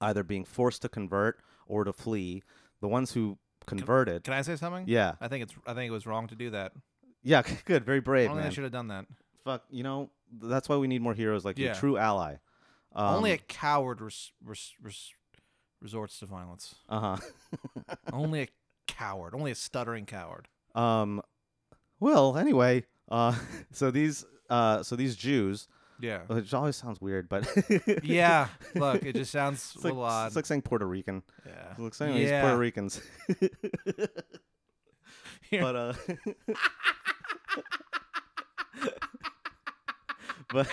B: either being forced to convert or to flee. The ones who converted,
C: Can I say something?
B: yeah,
C: I think it's. I think it was wrong to do that.
B: yeah, good, very
C: I
B: brave,
C: don't
B: man.
C: think they should have done that.
B: fuck, you know, th- that's why we need more heroes like you,
C: Yeah.
B: true ally. Um,
C: Only a coward res- res- res- resorts to violence.
B: uh
C: Only a coward. Only a stuttering coward.
B: huh. um, well, anyway, uh, so these uh, so these Jews,
C: Yeah.
B: which always sounds weird, but
C: Yeah. Look, it just sounds
B: it's
C: a
B: like,
C: little odd.
B: it's like saying Puerto Rican.
C: yeah.
B: It's like saying these
C: Yeah.
B: Puerto Ricans.
C: Yeah.
B: but uh, but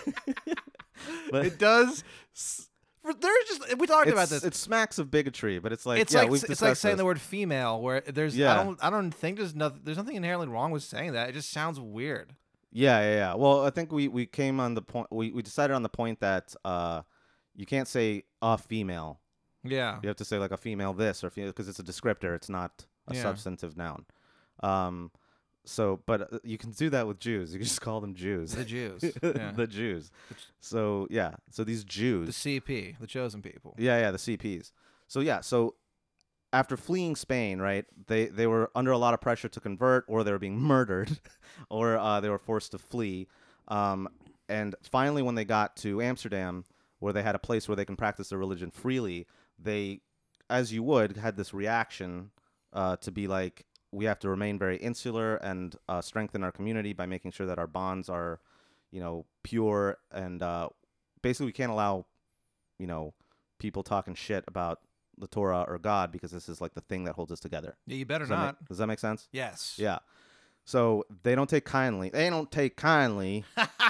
B: but
C: it does. s- For, there's just we talked about
B: it's-
C: this.
B: It smacks of bigotry, but it's like
C: it's
B: yeah,
C: like
B: we've
C: it's like
B: discussed
C: saying
B: this.
C: the word female. Where there's
B: Yeah.
C: I don't I don't think there's nothing there's nothing inherently wrong with saying that. It just sounds weird.
B: Yeah, yeah, yeah. Well, I think we we came on the point. We, we decided on the point that uh, you can't say a female.
C: Yeah.
B: You have to say like a female this or female because it's a descriptor. It's not a
C: Yeah.
B: substantive noun. Um, so, but uh, you can do that with Jews. You can just call them Jews.
C: The Jews. Yeah.
B: the Jews.
C: Which-
B: So yeah. So these
C: the
B: Jews.
C: CP, the chosen people.
B: Yeah, yeah, the CPs. So yeah, so after fleeing Spain, right, they they were under a lot of pressure to convert, or they were being murdered, or uh, they were forced to flee. Um, and finally, when they got to Amsterdam, where they had a place where they can practice their religion freely, they, as you would, had this reaction uh, to be like, we have to remain very insular and uh, strengthen our community by making sure that our bonds are, you know, pure and uh, basically we can't allow, you know, people talking shit about the Torah or God because this is like the thing that holds us together.
C: Yeah, you better
B: Does that ma-
C: not.
B: does that make sense?
C: yes.
B: Yeah. So they don't take kindly. They don't take kindly.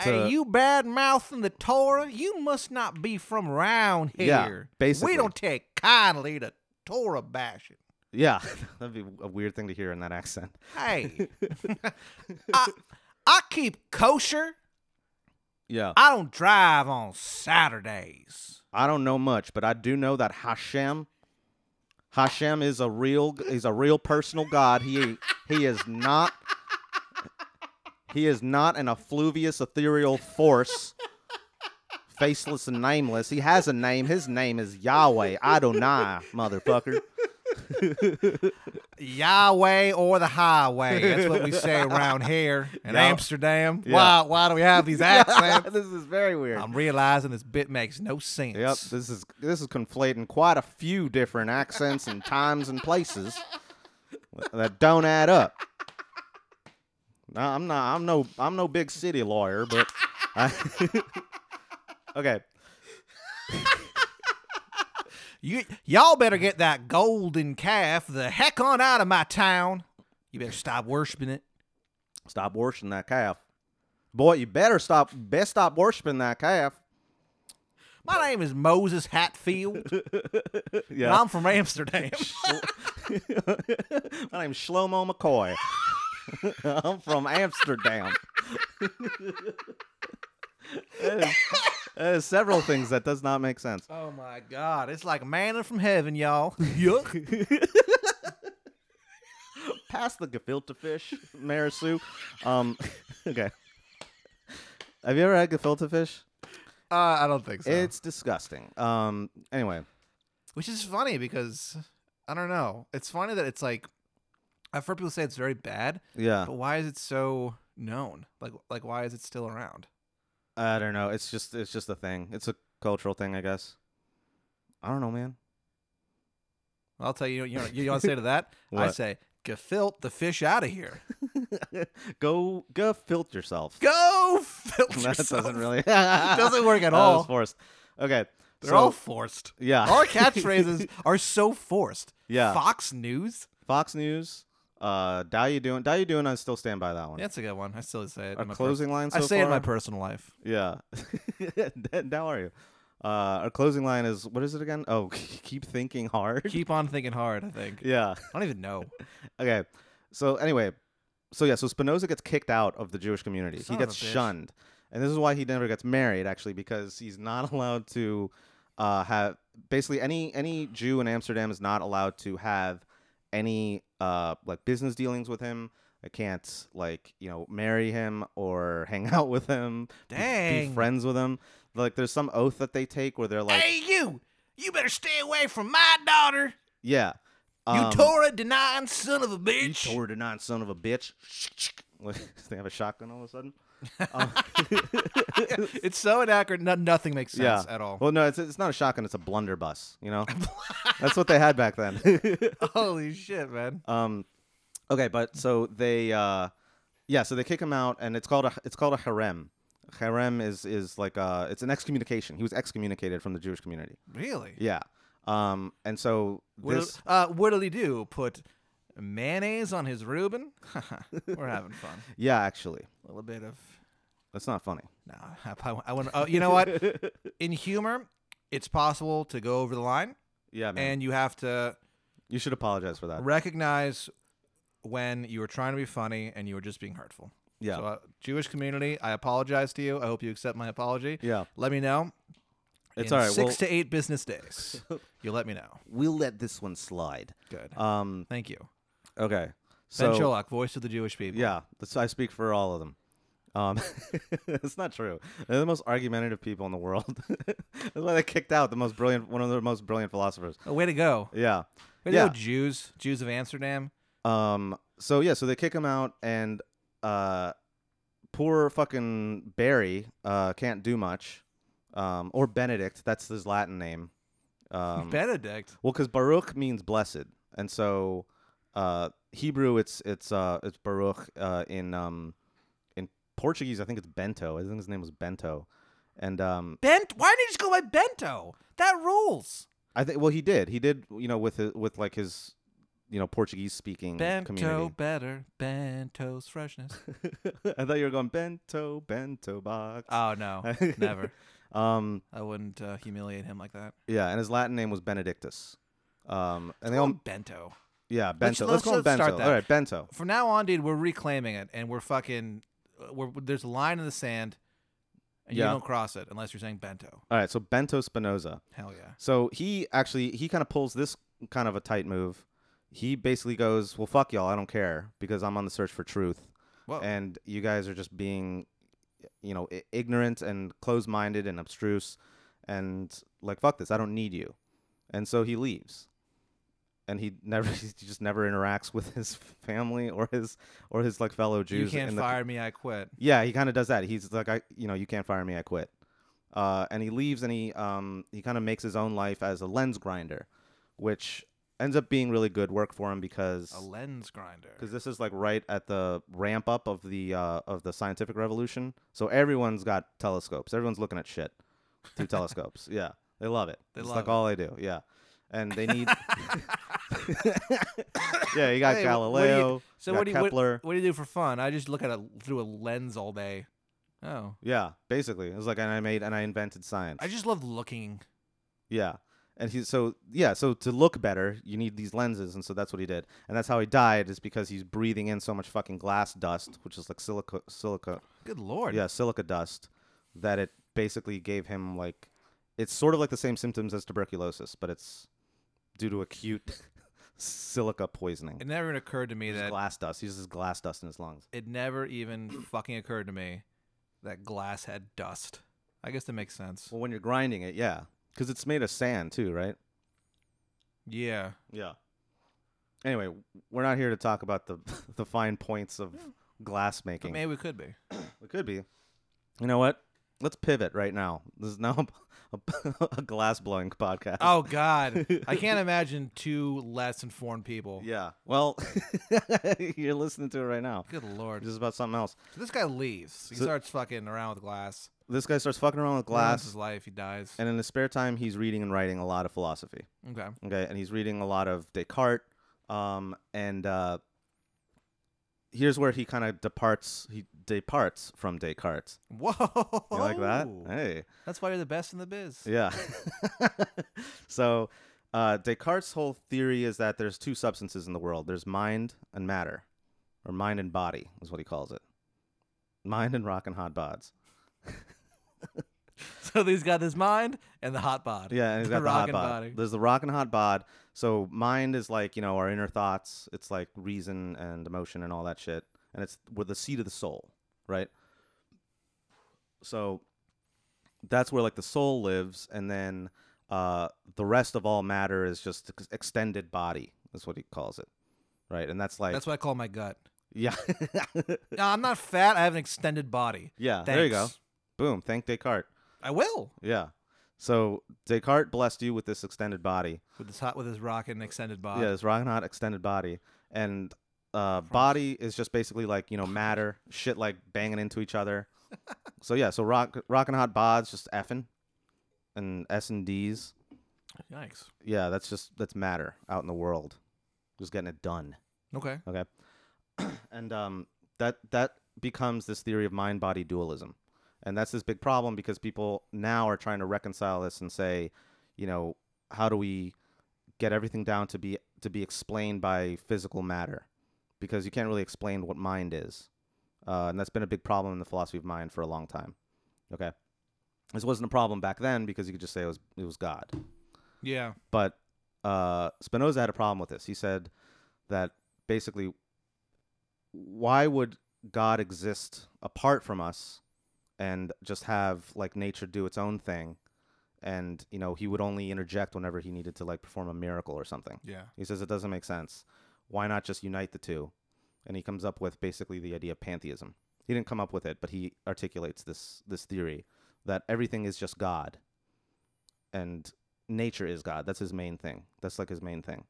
C: Hey,
B: to-
C: you bad mouthing the Torah? You must not be from around here.
B: Yeah, basically.
C: We don't take kindly to Torah bashing.
B: Yeah, that'd be a weird thing to hear in that accent.
C: Hey, I, I keep kosher.
B: Yeah.
C: I don't drive on Saturdays.
B: I don't know much, but I do know that Hashem, Hashem is a real, is a real personal God. He he is not, he is not an effluvious ethereal force, faceless and nameless. He has a name. His name is Yahweh Adonai, motherfucker.
C: Yahweh or the highway. That's what we say around here in
B: Yeah.
C: Amsterdam.
B: Yeah.
C: Why, why do we have these accents?
B: this is very weird.
C: I'm realizing this bit makes no sense.
B: Yep, this is this is conflating quite a few different accents and times and places that don't add up. No, I'm not. I'm no. I'm no big city lawyer, but I, okay.
C: You, y'all better get that golden calf the heck on out of my town. You better stop worshiping it.
B: Stop worshiping that calf, boy. You better stop. Best stop worshiping that calf.
C: My name is Moses Hatfield, and
B: Yeah.
C: I'm from Amsterdam.
B: My name's Shlomo McCoy. I'm from Amsterdam. There's- there's several things that does not make sense.
C: oh my God, it's like manna from heaven, y'all. Yuck.
B: Pass the gefilte fish, Marisu. Um, okay. Have you ever had gefilte fish?
C: Uh, I don't think so.
B: It's disgusting. Um, anyway,
C: Which is funny because I don't know. It's funny that it's like I've heard people say it's very bad,
B: yeah,
C: but why is it so known? Like like why is it still around?
B: I don't know. It's just it's just a thing. It's a cultural thing, I guess. I don't know, man.
C: I'll tell you. You know, you want to say to that? I
B: What?
C: say gefilt the fish out of here.
B: Go go filter yourself.
C: Go filter.
B: that
C: yourself.
B: doesn't really
C: doesn't work at
B: That was
C: all.
B: forced. Okay,
C: They're
B: so-
C: all forced.
B: yeah.
C: Our catchphrases are so forced.
B: Yeah.
C: Fox News.
B: Fox News. Uh, die you doing? Die you doing? I still stand by that one.
C: That's a good one. I still say it.
B: Our
C: in my per-
B: closing line. So
C: I say it in my
B: far?
C: personal life.
B: Yeah. Dan, How are you? Uh, our closing line is what is it again? Oh, keep thinking hard.
C: Keep on thinking hard. I think.
B: Yeah.
C: I don't even know.
B: Okay. So anyway, so yeah, so Spinoza gets kicked out of the Jewish community.
C: Son
B: he
C: of a
B: gets
C: bitch.
B: shunned, and this is why he never gets married actually because he's not allowed to uh, have basically any any Jew in Amsterdam is not allowed to have any uh, like business dealings with him. I can't like you know marry him or hang out with him, be- be
C: Dang.
B: friends with him. Like there's some oath that they take where they're like,
C: hey, you! You better stay away from my daughter.
B: yeah,
C: you
B: um,
C: Torah denying son of a
B: You
C: bitch.
B: tore to nine, son of a bitch. Like, they have a shotgun all of a sudden. Um,
C: it's so inaccurate. No, nothing makes
B: yeah.
C: sense at all.
B: Well, no, it's, it's not a shotgun. It's a blunderbuss. You know, that's what they had back then.
C: Holy shit, man!
B: um, okay, but so they, uh, yeah, so they kick him out, and it's called a it's called a harem. Harem is is like uh, it's an excommunication. He was excommunicated from the Jewish community.
C: Really?
B: Yeah. Um, and so
C: What'll-
B: this.
C: uh, what'll he do? Put mayonnaise on his Reuben? We're having fun.
B: Yeah, actually,
C: A little bit of.
B: that's not funny.
C: No, I, probably- I want. Oh, you know what? In humor, it's possible to go over the line,
B: Yeah, man,
C: and you have to
B: you should apologize for that.
C: recognize when you were trying to be funny and you were just being hurtful.
B: Yeah.
C: So, uh, Jewish community, I apologize to you. I hope you accept my apology.
B: Yeah.
C: Let me know.
B: It's
C: in
B: all right.
C: Six
B: We'll,
C: to eight business days. you let me know.
B: we'll let this one slide.
C: Good.
B: Um,
C: Thank you.
B: Okay.
C: Ben
B: So
C: Cholak, voice of the Jewish people.
B: yeah, that's, I speak for all of them. Um, it's not true. They're the most argumentative people in the world. that's why they kicked out the most brilliant, one of the most brilliant philosophers.
C: Oh, way to go.
B: Yeah.
C: Way to
B: yeah.
C: go, Jews. Jews of Amsterdam.
B: Um. So yeah. So they kick him out, and uh, poor fucking Barry uh can't do much. Um, or Benedict. That's his Latin name. Um,
C: Benedict.
B: Well, because Baruch means blessed, and so uh, Hebrew it's it's uh, it's Baruch uh, in um, in Portuguese. I think it's Bento. I think his name was Bento, and um,
C: Bent. Why didn't you just go by Bento? That rules.
B: I think well he did he did you know with his, with like his you know Portuguese speaking
C: Bento
B: Mm, community.
C: better. Bento's freshness.
B: I thought you were going Bento Bento box.
C: Oh no, never.
B: Um,
C: I wouldn't uh, humiliate him like that.
B: yeah, and his Latin name was Benedictus. Um, and they
C: Oh,
B: all
C: Bento.
B: yeah Bento. Let's,
C: let's-
B: call him
C: let's
B: Bento.
C: start that.
B: All right, Bento.
C: From now on, dude, we're reclaiming it and we're fucking where there's a line in the sand, and
B: Yeah.
C: you don't cross it unless you're saying bento.
B: All right, so Bento Spinoza.
C: Hell yeah.
B: So he actually he kind of pulls this kind of a tight move. He basically goes, "Well, fuck y'all, I don't care because I'm on the search for truth,
C: Whoa.
B: and you guys are just being, you know, i- ignorant and closed-minded and obstruse, and like fuck this, I don't need you." And so he leaves, and he never he just never interacts with his family or his or his like fellow Jews.
C: you can't
B: in the,
C: fire me. I quit.
B: yeah, he kind of does that. He's like, I, you know, you can't fire me. I quit. Uh, and he leaves, and he um, he kind of makes his own life as a lens grinder, which ends up being really good work for him because
C: A lens grinder.
B: because this is like right at the ramp up of the uh, of the scientific revolution. So everyone's got telescopes. Everyone's looking at shit through telescopes. Yeah, they love it.
C: They
B: it's
C: love
B: like
C: it.
B: all they do. Yeah, and they need. yeah, you got
C: Hey, wh- what do you-
B: Galileo.
C: so
B: you got
C: what do you what-
B: Kepler.
C: What, do you do for fun? I just look at it through a lens all day. Oh,
B: Yeah, basically, it was like, and I made and I invented science.
C: I just love looking.
B: yeah, and he so yeah, so to look better, you need these lenses, and so that's what he did, and that's how he died is because he's breathing in so much fucking glass dust, which is like silica, silica,
C: Good lord.
B: yeah, silica dust, that it basically gave him like, it's sort of like the same symptoms as tuberculosis, but it's due to acute silica poisoning.
C: It never even occurred to me
B: Uses
C: that
B: glass dust. He uses glass dust in his lungs.
C: it never even fucking occurred to me that glass had dust. I guess that makes sense.
B: Well, when you're grinding it, yeah, because it's made of sand too, right?
C: Yeah.
B: Yeah. Anyway, we're not here to talk about the the fine points of glass
C: But
B: making.
C: maybe we could be.
B: It could be. You know what? Let's pivot right now. This is now a, a glass blowing podcast.
C: Oh God, I can't imagine two less informed people.
B: Yeah. Well, you're listening to it right now.
C: Good lord.
B: This is about something else.
C: So this guy leaves. He
B: So-
C: starts fucking around with glass.
B: This guy starts fucking around with
C: He ruins
B: glass,
C: His life. He dies.
B: and in his spare time, he's reading and writing a lot of philosophy.
C: okay.
B: Okay, and he's reading a lot of Descartes. Um, and uh, here's where he kind of departs. He departs from Descartes.
C: Whoa.
B: You like that?
C: Oh.
B: Hey,
C: That's why you're the best in the biz.
B: yeah. so, uh, Descartes' whole theory is that there's two substances in the world. There's mind and matter, or mind and body is what he calls it. Mind and rock and hot bods.
C: So he's got his mind and the hot bod.
B: Yeah, and he's got the hot
C: rockin'
B: bod.
C: body.
B: There's the rock and hot bod. So mind is like you know our inner thoughts. It's like reason and emotion and all that shit, and it's with the seat of the soul, right? So that's where like the soul lives, and then uh, the rest of all matter is just ex- extended body. Is what he calls it, right? And that's like
C: That's what I call my gut.
B: yeah,
C: No, I'm not fat. I have an extended body.
B: yeah. There you go.
C: Thanks.
B: Boom. Thank Descartes.
C: I will
B: Yeah. So Descartes blessed you with this extended body.
C: with his hot with his rockin' extended bod.
B: Yeah, it's rock and hot extended body. And uh, body is just basically like, you know, matter, shit like banging into each other. so yeah, so rock rock and hot bods just effing and S and D's.
C: Yikes.
B: Yeah, that's just that's matter out in the world. Just getting it done.
C: Okay.
B: Okay. and um that that becomes this theory of mind body dualism. And that's this big problem because people now are trying to reconcile this and say, you know, how do we get everything down to be to be explained by physical matter? Because you can't really explain what mind is. Uh, and that's been a big problem in the philosophy of mind for a long time. Okay. This wasn't a problem back then because you could just say it was it was God.
C: Yeah.
B: But uh, Spinoza had a problem with this. He said that basically, why would God exist apart from us and just have like nature do its own thing? And you know, he would only interject whenever he needed to like perform a miracle or something.
C: Yeah.
B: He says it doesn't make sense. Why not just unite the two? And he comes up with basically the idea of pantheism. He didn't come up with it, but he articulates this this theory that everything is just God, and nature is God. That's his main thing. That's like his main thing.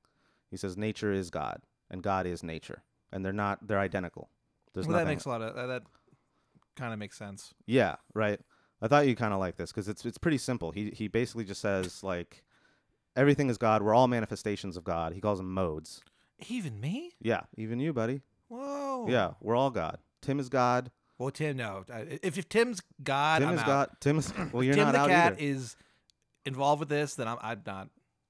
B: He says nature is God, and God is nature, and they're not they're identical. There's
C: well, that
B: nothing-
C: makes a lot of that. that kind of makes sense.
B: yeah, right. I thought you kind of like this because it's it's pretty simple. He he basically just says like everything is God. We're all manifestations of God. He calls them modes.
C: Even me?
B: Yeah, even you, buddy.
C: Whoa.
B: Yeah, we're all God. Tim is God.
C: Well, Tim, no. I- If, if Tim's God,
B: Tim
C: I'm
B: is
C: out.
B: God. Tim is well. You're
C: Tim
B: not
C: the
B: out
C: cat
B: either.
C: is involved with this, then I'm, I'm not.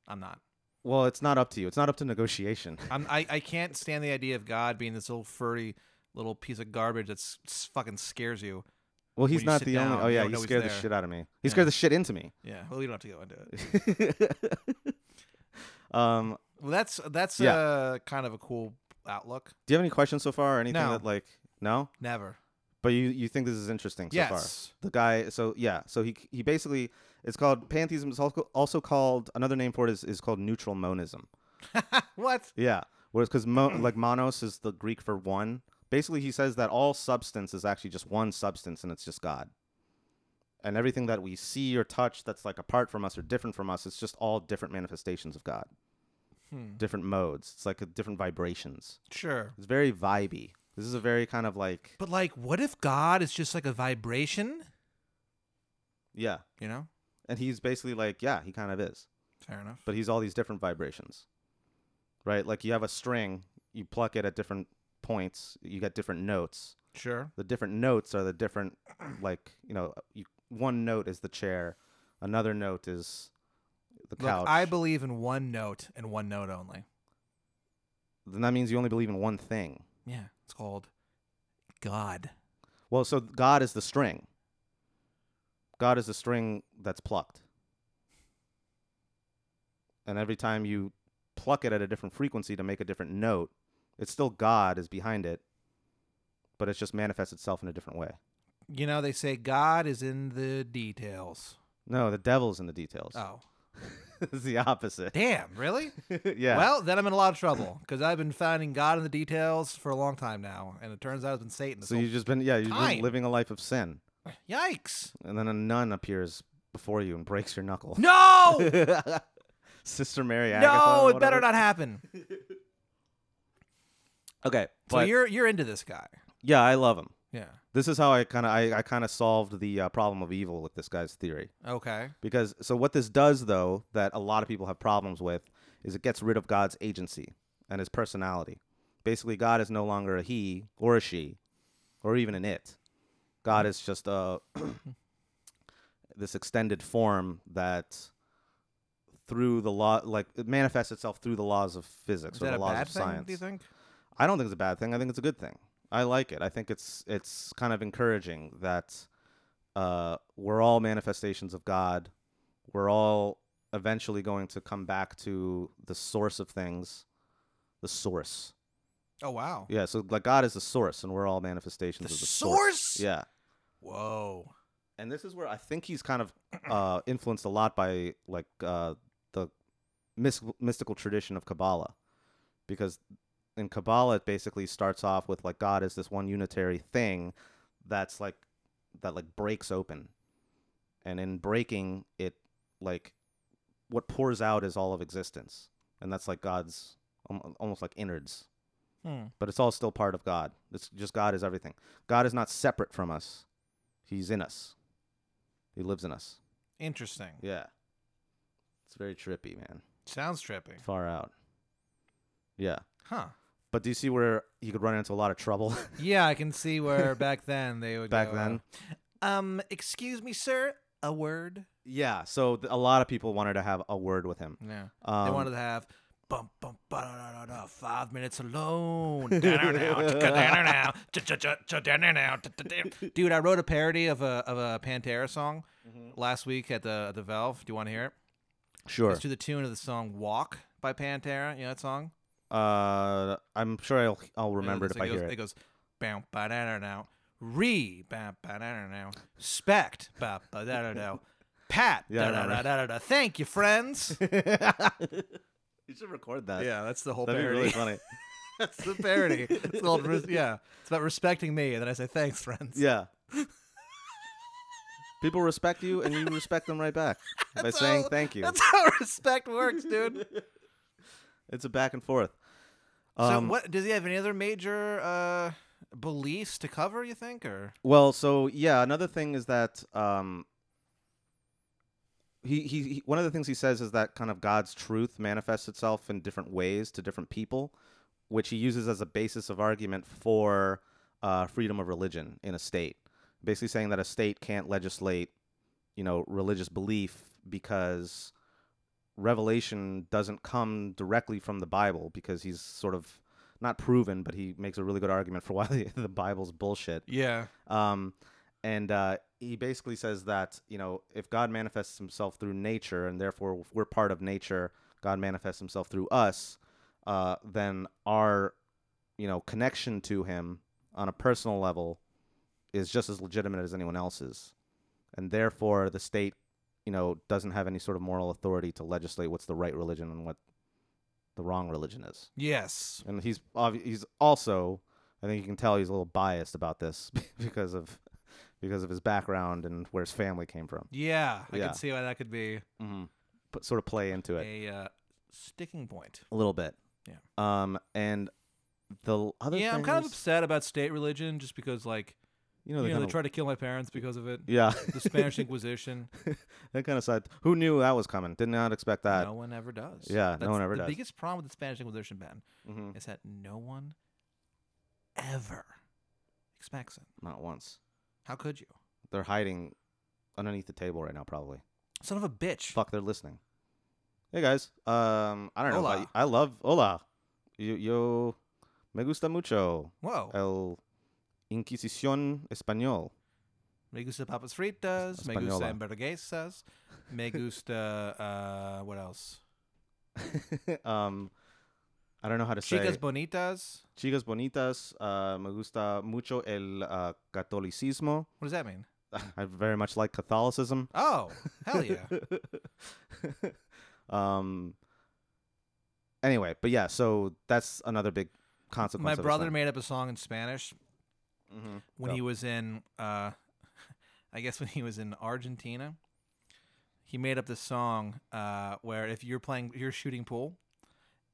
C: I'm not.
B: well, it's not up to you. It's not up to negotiation.
C: I'm, I I can't stand the idea of God being this little furry little piece of garbage that s- s- fucking scares you.
B: Well,
C: when
B: he's
C: you
B: not
C: sit
B: the only.
C: down,
B: Oh
C: you
B: yeah,
C: don't
B: he
C: know he's
B: scared the
C: there.
B: shit out of me. He
C: Yeah.
B: scared the shit into me.
C: Yeah. Well, you don't have to go into it.
B: um,
C: Well, that's that's
B: Yeah.
C: uh, kind of a cool outlook.
B: do you have any questions so far, or anything
C: No.
B: that like no?
C: Never.
B: But you you think this is interesting so
C: yes.
B: far? The guy. So yeah. So he he basically it's called pantheism. It's also also called another name for it is is called neutral monism.
C: what?
B: Yeah. Whereas because mo- like monos is the Greek for one. Basically, he says that all substance is actually just one substance, and it's just God. And everything that we see or touch that's like apart from us or different from us, it's just all different manifestations of God,
C: Hmm.
B: different modes. It's like a different vibrations.
C: Sure.
B: It's very vibey. This is a very kind of like
C: But like, what if God is just like a vibration?
B: yeah.
C: You know.
B: And he's basically like yeah, he kind of is.
C: Fair enough.
B: but he's all these different vibrations, right? Like you have a string, you pluck it at different points, you get different notes.
C: Sure.
B: The different notes are the different, like you know, you, one note is the chair, another note is the couch.
C: Look, I believe in one note and one note only.
B: then that means you only believe in one thing.
C: Yeah. It's called God.
B: Well, so God is the string. God is the string that's plucked. And every time you pluck it at a different frequency to make a different note, it's still God is behind it, but it just manifests itself in a different way.
C: You know, they say God is in the details.
B: No, the devil's in the details.
C: Oh,
B: it's the opposite.
C: damn! Really?
B: yeah.
C: Well, then I'm in a lot of trouble because I've been finding God in the details for a long time now, and it turns out it's been Satan. this
B: so you've just been yeah, you've
C: time.
B: been living a life of sin.
C: whole- Yikes!
B: And then a nun appears before you and breaks your knuckle.
C: No,
B: Sister Mary Agatha.
C: no,
B: or
C: it better
B: whatever.
C: not happen.
B: Okay.
C: So
B: but-
C: you're you're into this guy?
B: yeah, I love him.
C: Yeah.
B: this is how I kind of I, I kind of solved the uh, problem of evil with this guy's theory
C: Okay.
B: because so what this does though that a lot of people have problems with is it gets rid of God's agency and his personality. Basically, God is no longer a he or a she or even an it. God is just a this extended form that through the law like it manifests itself through the laws of physics
C: Is
B: or
C: that
B: the
C: a
B: laws
C: bad
B: of
C: thing?
B: science.
C: Do you think?
B: I don't think it's a bad thing. I think it's a good thing. I like it. I think it's it's kind of encouraging that uh, we're all manifestations of God. We're all eventually going to come back to the source of things, the source.
C: Oh wow.
B: Yeah. So like God is the source, and we're all manifestations
C: The
B: of the
C: source?
B: Yeah.
C: Whoa.
B: And this is where I think he's kind of uh, influenced a lot by like uh, the mys- mystical tradition of Kabbalah, because in Kabbalah it basically starts off with like God is this one unitary thing that's like that like breaks open, and in breaking it, like what pours out is all of existence, and that's like God's al- almost like innards,
C: Hmm.
B: but it's all still part of God. It's just God is everything. God is not separate from us. He's in us. He lives in us.
C: Interesting.
B: Yeah. It's very trippy, man.
C: Sounds trippy.
B: Far out. Yeah.
C: Huh.
B: But do you see where you could run into a lot of trouble?
C: Yeah, I can see where back then they would
B: Back
C: go, uh, Um, excuse me, sir. A word?
B: yeah. So th- a lot of people wanted to have a word with him.
C: Yeah.
B: Um,
C: they wanted to have bum bum ba da da da da five minutes alone. Da-da-da-da, da-da-da-da-da-da-da-da-da-da. Dude, I wrote a parody of a of a Pantera song
B: Mm-hmm.
C: last week at the at the Valve. Do you want to hear it?
B: sure.
C: It's to the tune of the song "Walk" by Pantera. You know that song?
B: Uh, I'm sure I'll I'll
C: You know
B: remember it
C: this-
B: if I
C: goes,
B: hear
C: It
B: it.
C: goes bam ba da da now re bam ba da da now spect ba ba da da da pat
B: Yeah, I
C: da da da
B: remember.
C: da da da. Thank you, friends.
B: you should record that.
C: yeah, that's the whole
B: That'd be
C: parody.
B: really funny.
C: That's the parody. It's called, res- yeah, it's about respecting me, and then I say thanks, friends.
B: yeah. People respect you, and you respect them right back by
C: That's
B: saying
C: how-
B: thank you.
C: That's how respect works, dude.
B: It's a back and forth. Um,
C: so, what does he have? Any other major uh, beliefs to cover? You think, or
B: Well, so yeah, another thing is that um, he, he he one of the things he says is that kind of God's truth manifests itself in different ways to different people, which he uses as a basis of argument for uh, freedom of religion in a state. Basically, saying that a state can't legislate, you know, religious belief because revelation doesn't come directly from the Bible because he's sort of not proven, but he makes a really good argument for why the, the Bible's bullshit.
C: Yeah.
B: Um, and uh, he basically says that you know if God manifests Himself through nature, and therefore if we're part of nature, God manifests Himself through us. Uh, then our you know connection to Him on a personal level is just as legitimate as anyone else's, and therefore the state you know doesn't have any sort of moral authority to legislate what's the right religion and what the wrong religion is
C: Yes.
B: and he's obvi- he's also I think you can tell he's a little biased about this because of because of his background and where his family came from.
C: Yeah. I
B: Yeah.
C: can see why that could be
B: Mm-hmm. But sort of play into it
C: a uh, sticking point.
B: a little bit.
C: Yeah.
B: Um, and the l- other
C: yeah, I'm kind of
B: things-
C: upset about state religion just because, like,
B: you know, they
C: you know, they
B: kind of,
C: tried to kill my parents because of it.
B: yeah
C: The Spanish Inquisition.
B: that kind of side. Who knew that was coming? Did not expect that.
C: no one ever does.
B: Uh, yeah, no
C: That's
B: one ever
C: the
B: does.
C: The biggest problem with the Spanish Inquisition, Ben,
B: Mhm.
C: is that no one ever expects it.
B: Not once.
C: How could you?
B: They're hiding underneath the table right now, probably.
C: Son of a bitch.
B: Fuck, they're listening. Hey guys, um, I don't know. About
C: Hola.
B: you. I love hola. Yo, yo, me gusta mucho
C: Whoa.
B: el Inquisición español.
C: me gusta papas fritas. Me gusta
B: Española.
C: hamburguesas. Me gusta, uh, what else?
B: um, I don't know how to say.
C: Chicas
B: Chicas,
C: bonitas.
B: Chicas bonitas. Uh, me gusta mucho el uh, catolicismo.
C: What does that mean?
B: I very much like Catholicism.
C: Oh, hell yeah.
B: um. Anyway, but yeah, so that's another big consequence.
C: My
B: of
C: brother
B: Islam.
C: made up a song in Spanish
B: Mhm.
C: when
B: Go.
C: he was in, uh, I guess when he was in Argentina. He made up this song uh, where if you're playing, you're shooting pool,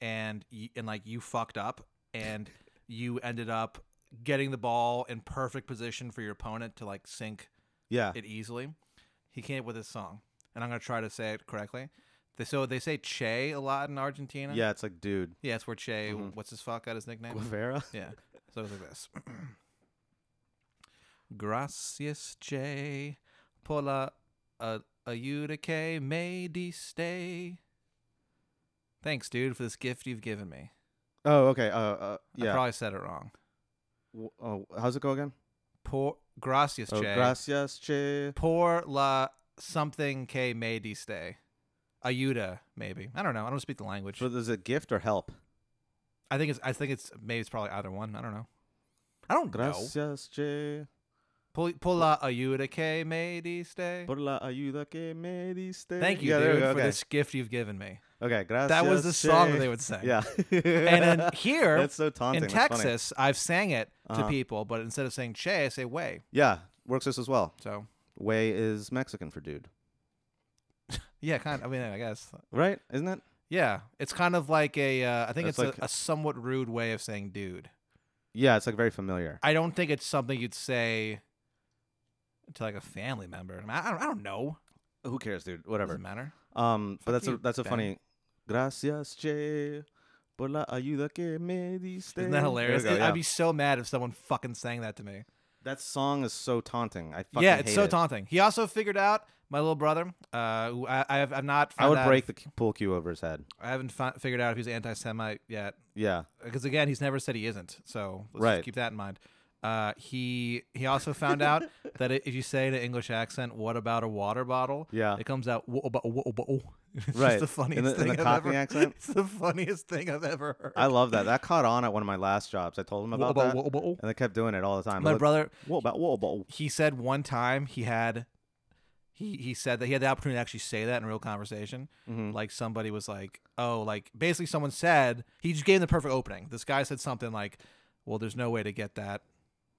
C: and you, and like you fucked up, and you ended up getting the ball in perfect position for your opponent to like sink
B: Yeah.
C: it easily. He came up with this song, and I'm gonna try to say it correctly. They, so they say "che" a lot in Argentina.
B: Yeah, it's like, dude,
C: yeah, it's where "che."
B: Mhm.
C: What's his fuck got his nickname?
B: Guevara.
C: Yeah. So it was like this. Gracias, J, por la uh, ayuda que me diste. Thanks, dude, for this gift you've given me.
B: Oh, okay. Uh, uh
C: I
B: yeah.
C: probably said it wrong.
B: W- Oh, how's it go again?
C: Por gracias,
B: Oh,
C: J.
B: gracias, che.
C: por la something que me diste. Ayuda, maybe. I don't know. I don't speak the language.
B: So is it gift or help?
C: I think it's. I think it's. Maybe it's probably either one. I don't know. I don't know.
B: Gracias, che,
C: Por, por la ayuda que me diste.
B: por la ayuda que me diste.
C: Thank you,
B: yeah, there we
C: dude,
B: go,
C: for
B: okay.
C: this gift you've given me.
B: Okay, gracias.
C: That was the song
B: che.
C: that they would sing.
B: Yeah.
C: And then here
B: That's so taunting.
C: in
B: that's funny.
C: Texas, I've sang it to
B: Uh-huh.
C: people, but instead of saying che, I say way.
B: Yeah, works just as well.
C: So
B: Way is Mexican for dude,
C: yeah, kind. Of, I mean, I guess.
B: right? Isn't it?
C: Yeah, it's kind of like a. Uh, I think
B: That's
C: it's
B: like-
C: a, a somewhat rude way of saying dude.
B: Yeah, it's like very familiar.
C: I don't think it's something you'd say to like a family member. I, mean, I, I don't, I don't know.
B: Who cares, dude?
C: It
B: Whatever.
C: doesn't matter.
B: Um, but
C: Fuck
B: that's a
C: you,
B: that's a
C: Ben.
B: funny. Gracias, che, por la ayuda que me diste.
C: Isn't
B: There
C: that
B: we
C: hilarious?
B: go, yeah.
C: I'd be so mad if someone fucking sang that to me.
B: That song is so taunting. I fucking
C: yeah, it's
B: hate
C: so
B: it.
C: taunting. He also figured out my little brother. Uh, who I, I have I've not.
B: I
C: found
B: would
C: out
B: break
C: if-
B: the c- pool cue over his head.
C: I haven't fi- figured out if he's anti-Semite yet,
B: Yeah.
C: because again, he's never said he isn't. So let's just
B: Right.
C: keep that in mind. Uh, he he also found out that i- if you say in an English accent, "What about a water bottle?"
B: Yeah.
C: it comes out. "Whoa, bo- whoa, bo." It's
B: Right.
C: just the
B: In the-
C: funniest
B: in the
C: thing. I've
B: Cockney
C: ever,
B: accent?
C: It's the funniest thing I've ever heard.
B: I love that. That caught on at one of my last jobs. I told him
C: Whoa,
B: about
C: bo-
B: that,
C: whoa, bo.
B: and they kept doing it all the time.
C: My
B: Look-
C: brother,
B: What about what about?
C: he said one time he had he he said that he had the opportunity to actually say that in real conversation.
B: Mm-hmm.
C: Like somebody was like, "Oh, like basically someone said he just gave him the perfect opening." This guy said something like, "Well, there's no way to get that.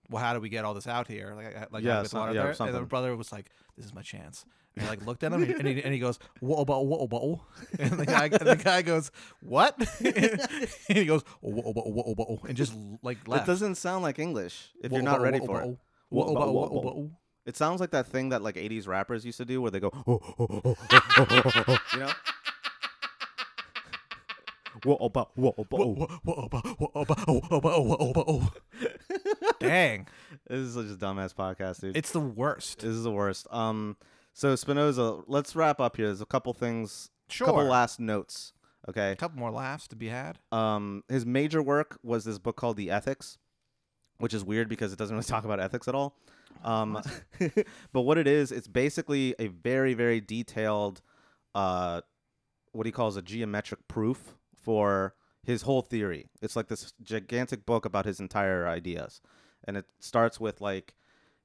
C: Well, how do we get all this out here? Like, I- like
B: Yeah,
C: I get
B: some-
C: water
B: yeah,
C: there?" And
B: something.
C: the brother was like, "This is my chance." And I like looked at him and he, and he goes, "What about what about?" And the guy and the guy goes, "What?" and he goes, "What about what about?" And just like
B: It
C: left.
B: doesn't sound like English if you're
C: Whoa,
B: not
C: whoa,
B: ready
C: whoa,
B: for it.
C: whoa.
B: Whoa,
C: Whoa,
B: whoa,
C: whoa,
B: whoa,
C: whoa,
B: whoa.
C: whoa.
B: It sounds like that thing that like '80s rappers used to do, where they go, "Oh, you know. What about what about?
C: Dang.
B: This is such a dumbass podcast, dude.
C: It's the worst.
B: This is the worst. Um, so Spinoza, let's wrap up here. There's a couple things,
C: Sure.
B: couple last notes Okay.
C: A couple more laughs to be had.
B: Um, his major work was this book called The Ethics, which is weird because it doesn't really talk about ethics at all. Um, but what it is, it's basically a very, very detailed, uh, what he calls a geometric proof for his whole theory. It's like this gigantic book about his entire ideas. And it starts with like,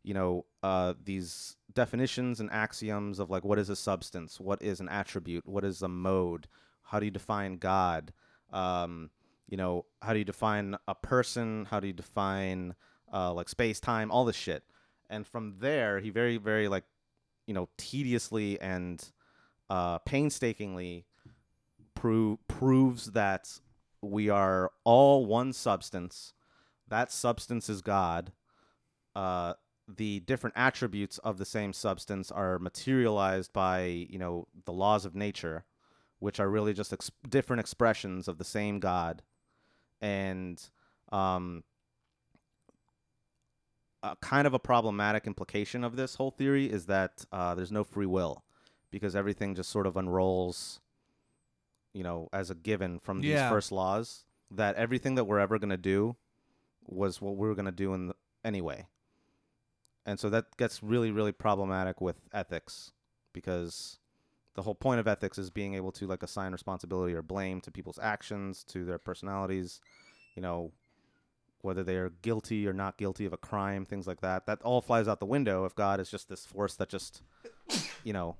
B: you know, uh, these definitions and axioms of like what is a substance, what is an attribute, what is a mode, how do you define God, um, you know, how do you define a person, how do you define uh, like space time, all this shit. And from there, he very, very like, you know, tediously and uh, painstakingly pro- proves that we are all one substance. That substance is God. Uh, the different attributes of the same substance are materialized by you know the laws of nature which are really just ex- different expressions of the same god and um a kind of a problematic implication of this whole theory is that uh, there's no free will because everything just sort of unrolls you know as a given from these
C: Yeah.
B: first laws that everything that we're ever going to do was what we were going to do in the, anyway and so that gets really really problematic with ethics because the whole point of ethics is being able to like assign responsibility or blame to people's actions to their personalities you know whether they are guilty or not guilty of a crime things like that that all flies out the window if god is just this force that just you know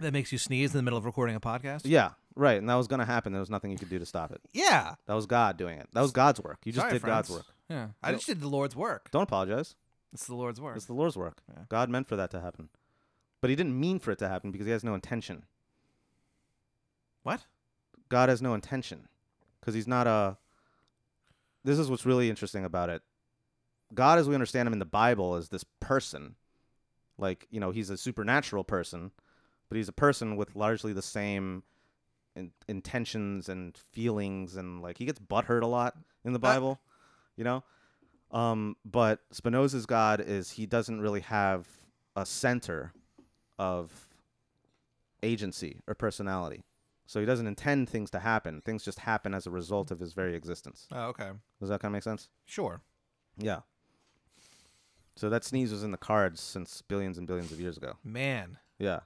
C: That makes you sneeze in the middle of recording a podcast.
B: yeah right and that was going to happen there was nothing you could do to stop it
C: Yeah.
B: that was god doing it that was god's work you just
C: Sorry,
B: did god's
C: friends.
B: work
C: Yeah. I
B: No.
C: just did the Lord's work.
B: don't apologize
C: It's the Lord's work.
B: It's the Lord's work.
C: Yeah.
B: God meant for that to happen. But he didn't mean for it to happen because he has no intention.
C: What?
B: God has no intention because he's not a. This is what's really interesting about it. God, as we understand him in the Bible, is this person. Like, you know, he's a supernatural person, but he's a person with largely the same in- intentions and feelings. And, like, he gets butthurt a lot in the Bible, you know? Um, but Spinoza's God is he doesn't really have a center of agency or personality. So he doesn't intend things to happen. Things just happen as a result of his very existence.
C: Oh, okay.
B: Does that kind of make sense?
C: Sure.
B: Yeah. So that sneeze was in the cards since billions and billions of years ago.
C: Man,
B: Yeah.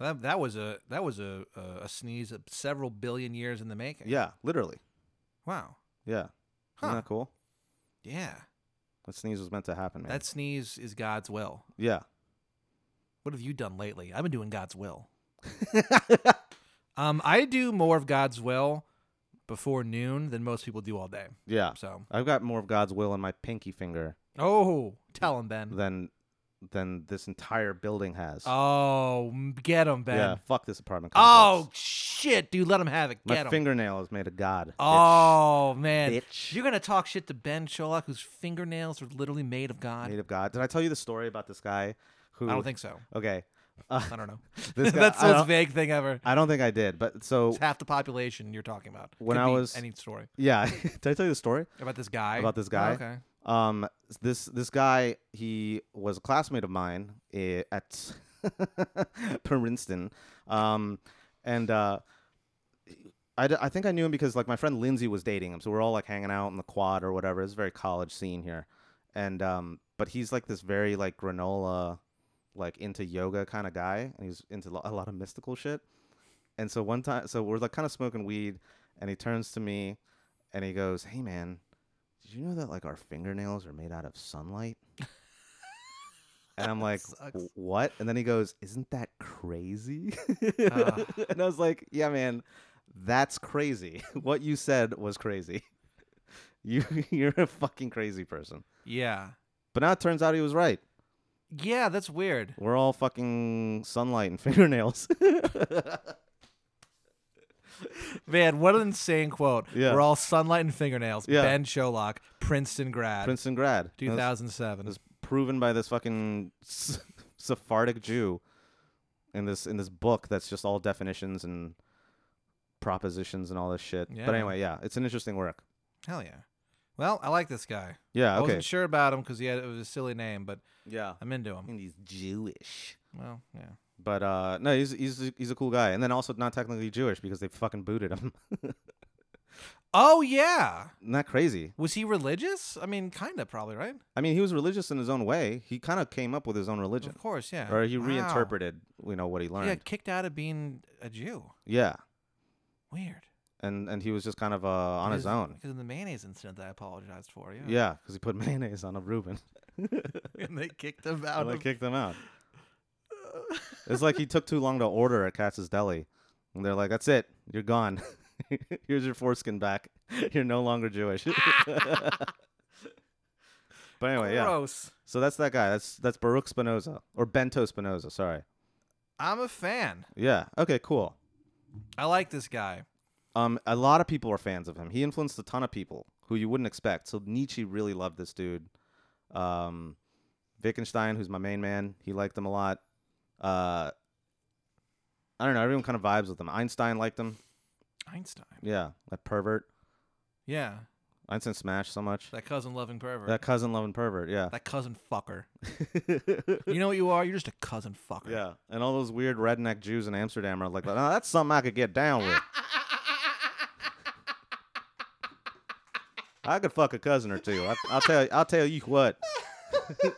C: that, that was a that was a, a, a sneeze of several billion years in the making.
B: Yeah, literally.
C: Wow.
B: Yeah.
C: Huh.
B: Isn't that cool?
C: Yeah.
B: That sneeze was meant to happen, man.
C: That sneeze is God's will.
B: yeah.
C: What have you done lately? I've been doing God's will. Um, I do more of God's will before noon than most people do all day.
B: yeah.
C: So,
B: I've got more of God's will in my pinky finger
C: oh, tell him, Ben.
B: than than this entire building has.
C: Oh, m- get him, Ben.
B: Yeah, fuck this apartment.
C: Oh
B: complex.
C: shit, dude, let him have it.
B: my
C: Get him.
B: fingernail is made of God. bitch.
C: oh man,
B: bitch.
C: you're gonna talk shit to Ben Sherlock, whose fingernails are literally made of God.
B: made of God. Did I tell you the story about this guy? Who?
C: I don't think so.
B: Okay. Uh,
C: I don't know.
B: this guy,
C: That's
B: I,
C: the most
B: don't, Oh.
C: vague thing ever.
B: I don't think I did, but so
C: It's half the population you're talking about.
B: When
C: Could
B: I
C: be
B: was-
C: any story
B: yeah. did I tell you the story?
C: about this guy.
B: About this
C: Oh,
B: guy?
C: okay.
B: Um, this this guy he was a classmate of mine eh, at Princeton, um, and uh, I, d- I think I knew him because like my friend Lindsay was dating him, so we're all like hanging out in the quad or whatever. It's a very college scene here, and um, but he's like this very like granola, like into yoga kind of guy, and he's into lo- a lot of mystical shit. And so one time, so we're like kind of smoking weed, and he turns to me, and he goes, "Hey man, did you know that like our fingernails are made out of sunlight?" and I'm like,
C: Sucks.
B: "W- "What?" And then he goes, "Isn't that crazy?"
C: Ah.
B: and I was like, "Yeah, man." That's crazy. What you said was crazy. You you're a fucking crazy person.
C: Yeah.
B: But now it turns out he was right.
C: Yeah, that's weird.
B: We're all fucking sunlight and fingernails.
C: Man, what an insane quote.
B: Yeah.
C: We're all sunlight and fingernails.
B: Yeah.
C: Ben Sherlock, Princeton grad,
B: Princeton grad. And That's
C: 2007.
B: that's proven by this fucking s- Sephardic Jew in this in this book that's just all definitions and propositions and all this shit.
C: Yeah,
B: But
C: man.
B: anyway, yeah, it's an interesting work.
C: Hell yeah. Well, I like this guy.
B: Yeah,
C: I
B: okay.
C: wasn't sure about him because he had it was a silly name, but
B: Yeah.
C: I'm into him.
B: And he's Jewish.
C: Well, yeah.
B: But uh, no, he's he's he's a cool guy, and then also not technically Jewish because they fucking booted him.
C: Oh yeah.
B: not crazy.
C: Was he religious? I mean, kind of probably, right?
B: I mean, he was religious in his own way. He kind of came up with his own religion,
C: Of course, yeah.
B: or he
C: Oh, Wow.
B: reinterpreted, you know, what he
C: He
B: learned.
C: got kicked out of being a Jew.
B: Yeah,
C: Weird.
B: and and he was just kind of uh, on his own.
C: Because in the mayonnaise incident that I apologized for, yeah.
B: Yeah, because he put mayonnaise on a Reuben,
C: and they kicked him out
B: and they
C: of
B: kicked him out. It's like he took too long to order at Katz's Deli, and they're like, "That's it, you're gone. Here's your foreskin back. You're no longer Jewish." but anyway, Oh, yeah.
C: Gross.
B: So that's that guy. That's that's Baruch Spinoza or Bento Spinoza. Sorry.
C: I'm a fan.
B: Yeah. Okay. Cool.
C: I like this guy.
B: Um, a lot of people are fans of him. He influenced a ton of people who you wouldn't expect. So Nietzsche really loved this dude. Um, Wittgenstein, who's my main man, he liked him a lot. Uh, I don't know. Everyone kind of vibes with him. Einstein liked him.
C: Einstein.
B: Yeah, that pervert.
C: Yeah.
B: Einstein smashed so much.
C: That cousin loving pervert.
B: That cousin loving pervert. Yeah.
C: that cousin fucker. you know what you are? You're just a cousin fucker.
B: yeah. And all those weird redneck Jews in Amsterdam are like, "No, that's something I could get down with. I could fuck a cousin or two. I, I'll tell. I'll tell you what.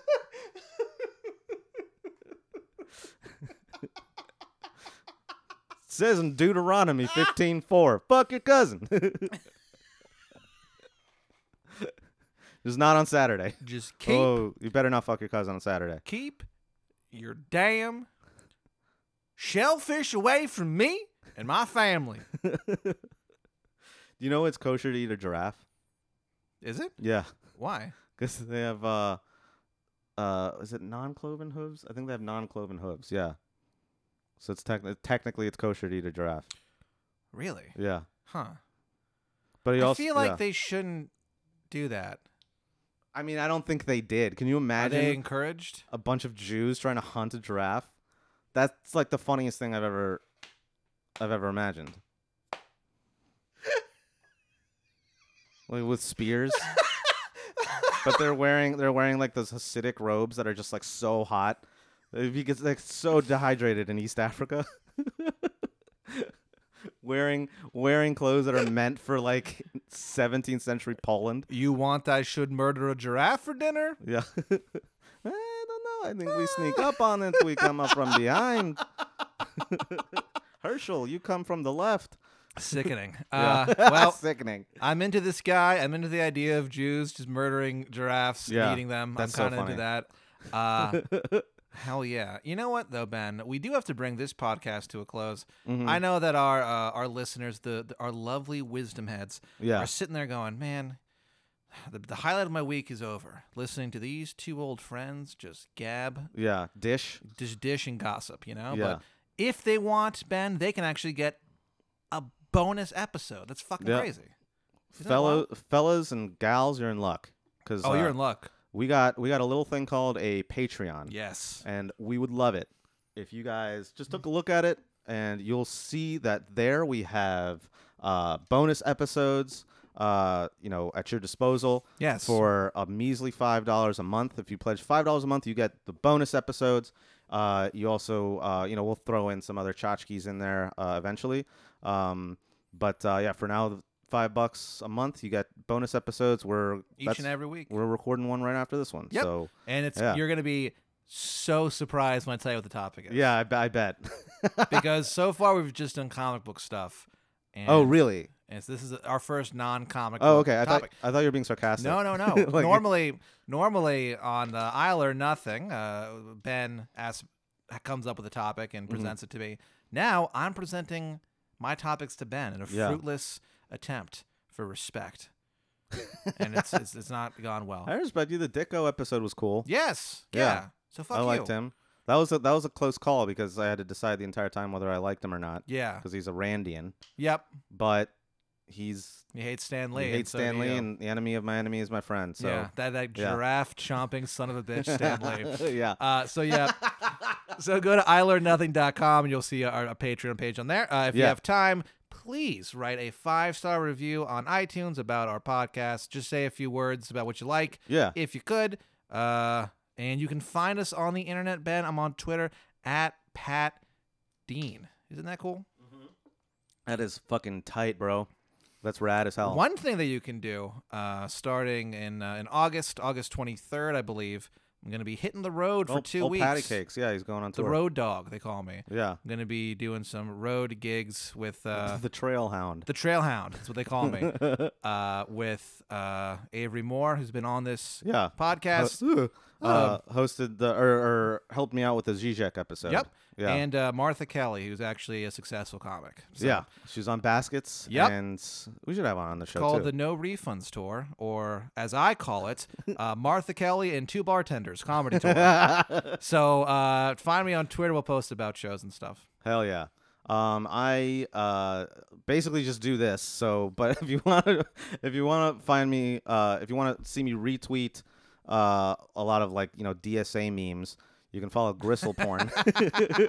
B: says in Deuteronomy fifteen four. Fuck your cousin. It's not on Saturday.
C: Just keep
B: Oh, you better not fuck your cousin on Saturday.
C: keep your damn shellfish away from me and my family.
B: You know it's kosher to eat a giraffe?
C: Is it?
B: Yeah,
C: Why?
B: because they have uh, uh, is it non-cloven hooves? I think they have non-cloven hooves. Yeah, so it's technically technically it's kosher to eat a giraffe.
C: Really?
B: Yeah,
C: Huh.
B: but he
C: I
B: also
C: feel like
B: yeah.
C: they shouldn't do that.
B: I mean, I don't think they did. Can you
C: Are they
B: imagine
C: encouraged?
B: a bunch of Jews trying to hunt a giraffe? That's like the funniest thing I've ever, I've ever imagined. like with spears. but they're wearing they're wearing like those Hasidic robes that are just like so hot. If you get like so dehydrated in East Africa. wearing wearing clothes that are meant for like 17th century Poland.
C: You want I should murder a giraffe for dinner?
B: Yeah. I don't know. I think we sneak up on it. We come up from behind. Herschel, you come from the left.
C: Sickening.
B: Yeah.
C: Uh, well,
B: sickening.
C: I'm into this guy. I'm into the idea of Jews just murdering giraffes, and
B: Yeah,
C: eating them.
B: that's so
C: I'm kind of into that. Uh, hell yeah! You know what though, Ben? We do have to bring this podcast to a close.
B: Mm-hmm.
C: I know that our uh, our listeners, the, the our lovely wisdom heads,
B: Yeah.
C: are sitting there going, "Man, the, the highlight of my week is over. Listening to these two old friends just gab,
B: Yeah. Dish.
C: just dish and gossip. You know,
B: Yeah.
C: but if they want, Ben, they can actually get a bonus episode. That's fucking
B: Yeah.
C: crazy. Isn't that wild?
B: Fellow, fellas and gals, you're in luck. Cause
C: Oh,
B: uh,
C: you're in luck.
B: we got we got a little thing called a Patreon.
C: Yes.
B: And we would love it if you guys just took a look at it and you'll see that there we have uh, bonus episodes uh, you know at your disposal
C: Yes.
B: for a measly five dollars a month if you pledge five dollars a month you get the bonus episodes uh, you also uh, you know we'll throw in some other tchotchkes in there uh, eventually um, but uh, yeah for now five bucks a month you get bonus episodes we're
C: Each
B: that's-
C: and every week.
B: we're recording one right after this one
C: Yep.
B: so
C: And it's
B: Yeah.
C: you're gonna be so surprised when I tell you what the topic is.
B: yeah I, be- I bet
C: because so far we've just done comic book stuff. And,
B: oh really
C: And so this is our first non-comic.
B: Oh,
C: book
B: okay. I thought
C: topic.
B: I thought you were being sarcastic.
C: No, no, no.
B: Like-
C: normally, normally on the Isle or Nothing, uh, Ben asks, comes up with a topic
B: Mm-hmm.
C: and presents it to me. Now I'm presenting my topics to Ben in a
B: Yeah.
C: fruitless attempt for respect, and it's, it's it's not gone well.
B: I respect you. The Dicko episode was cool.
C: Yes. Yeah.
B: Yeah.
C: So fuck
B: I
C: you.
B: liked him. That was a, that was a close call because I had to decide the entire time whether I liked him or not
C: Yeah.
B: because he's a Randian,
C: Yep.
B: but he's
C: You hate Stan
B: he
C: Lee.
B: hates
C: so do
B: Stan Lee
C: you.
B: and the enemy of my enemy is my friend. So
C: yeah, that that
B: yeah.
C: giraffe chomping son of a bitch, Stan Lee.
B: yeah.
C: Uh, so yeah, so go to ilearnnothing.com and you'll see our, our Patreon page on there. Uh, if you
B: Yeah.
C: have time, please write a five star review on iTunes about our podcast. Just say a few words about what you like,
B: yeah.
C: if you could. Uh, and you can find us on the internet, Ben. I'm on Twitter at Pat Dean. Isn't that cool?
B: That is fucking tight, bro. That's rad as hell.
C: One thing that you can do, uh, starting in uh, in August, August 23rd, I believe, I'm going to be hitting the road for
B: Oh,
C: two
B: oh,
C: weeks.
B: patty cakes. Yeah, he's going on
C: The
B: tour.
C: road dog, they call me.
B: Yeah.
C: I'm going to be doing some road gigs with uh,
B: the Trail Hound.
C: the Trail Hound. That's what they call me. uh, with uh, Avery Moore, who's been on this
B: yeah.
C: podcast.
B: Ho- uh, hosted the or, or helped me out with the Zizek episode.
C: Yep.
B: Yeah.
C: And uh, Martha Kelly, who's actually a successful comic. So
B: yeah. She's on Baskets.
C: Yep.
B: And we should have her on the show
C: Called
B: too.
C: the No Refunds Tour, or as I call it, uh, Martha Kelly and Two Bartenders Comedy Tour. so uh, find me on Twitter. We'll post about shows and stuff.
B: Hell yeah. Um, I uh, basically just do this. So, but if you want to, if you want to find me, uh, if you want to see me retweet uh, a lot of like you know DSA memes, you can follow Gristle Porn. you can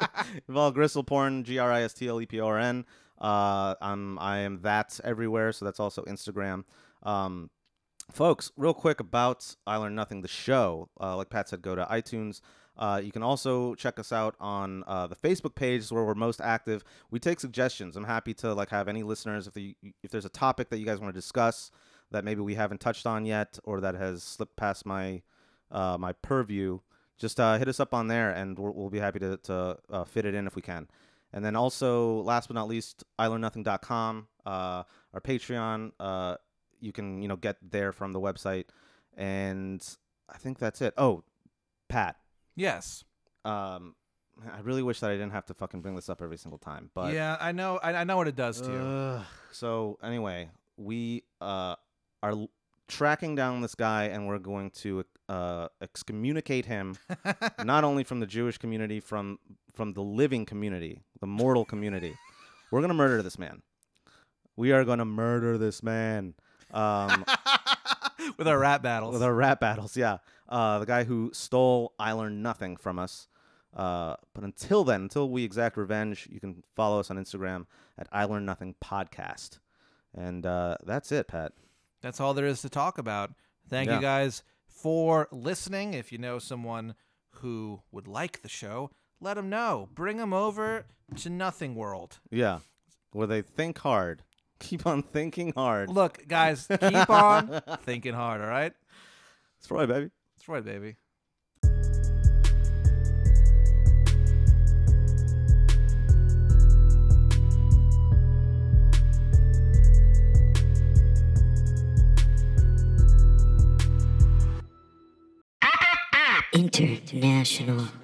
B: follow Gristle Porn, G R I S T L E P O R N. Uh, I'm I am that everywhere. So that's also Instagram. Um, folks real quick about i learned nothing the show uh, like pat said go to itunes uh, you can also check us out on uh, the facebook page is where we're most active we take suggestions i'm happy to like have any listeners if, the, if there's a topic that you guys want to discuss that maybe we haven't touched on yet or that has slipped past my uh, my purview just uh, hit us up on there and we'll, we'll be happy to, to uh, fit it in if we can and then also last but not least ilearnnothing.com uh, our patreon uh, you can you know get there from the website and i think that's it oh pat
C: Yes.
B: um i really wish that i didn't have to fucking bring this up every single time but
C: yeah, I know. I, I know what it does to you.
B: Ugh. so anyway we uh are l- tracking down this guy and we're going to uh excommunicate him not only from the jewish community from from the living community the mortal community we're gonna murder this man we are gonna murder this man um
C: With our rap battles.
B: The rap battles, yeah. Uh, the guy who stole I Learned Nothing from us. Uh, but until then, until we exact revenge, you can follow us on Instagram at I Learned Nothing Podcast. And uh, that's it, Pat.
C: That's all there is to talk about. Thank
B: Yeah.
C: you guys for listening. If you know someone who would like the show, let them know. Bring them over to Nothing World.
B: Yeah. Where they think hard. Keep on thinking hard.
C: Look, guys, keep on thinking hard, all right?
B: It's Roy, baby.
C: That's right, baby.
A: International.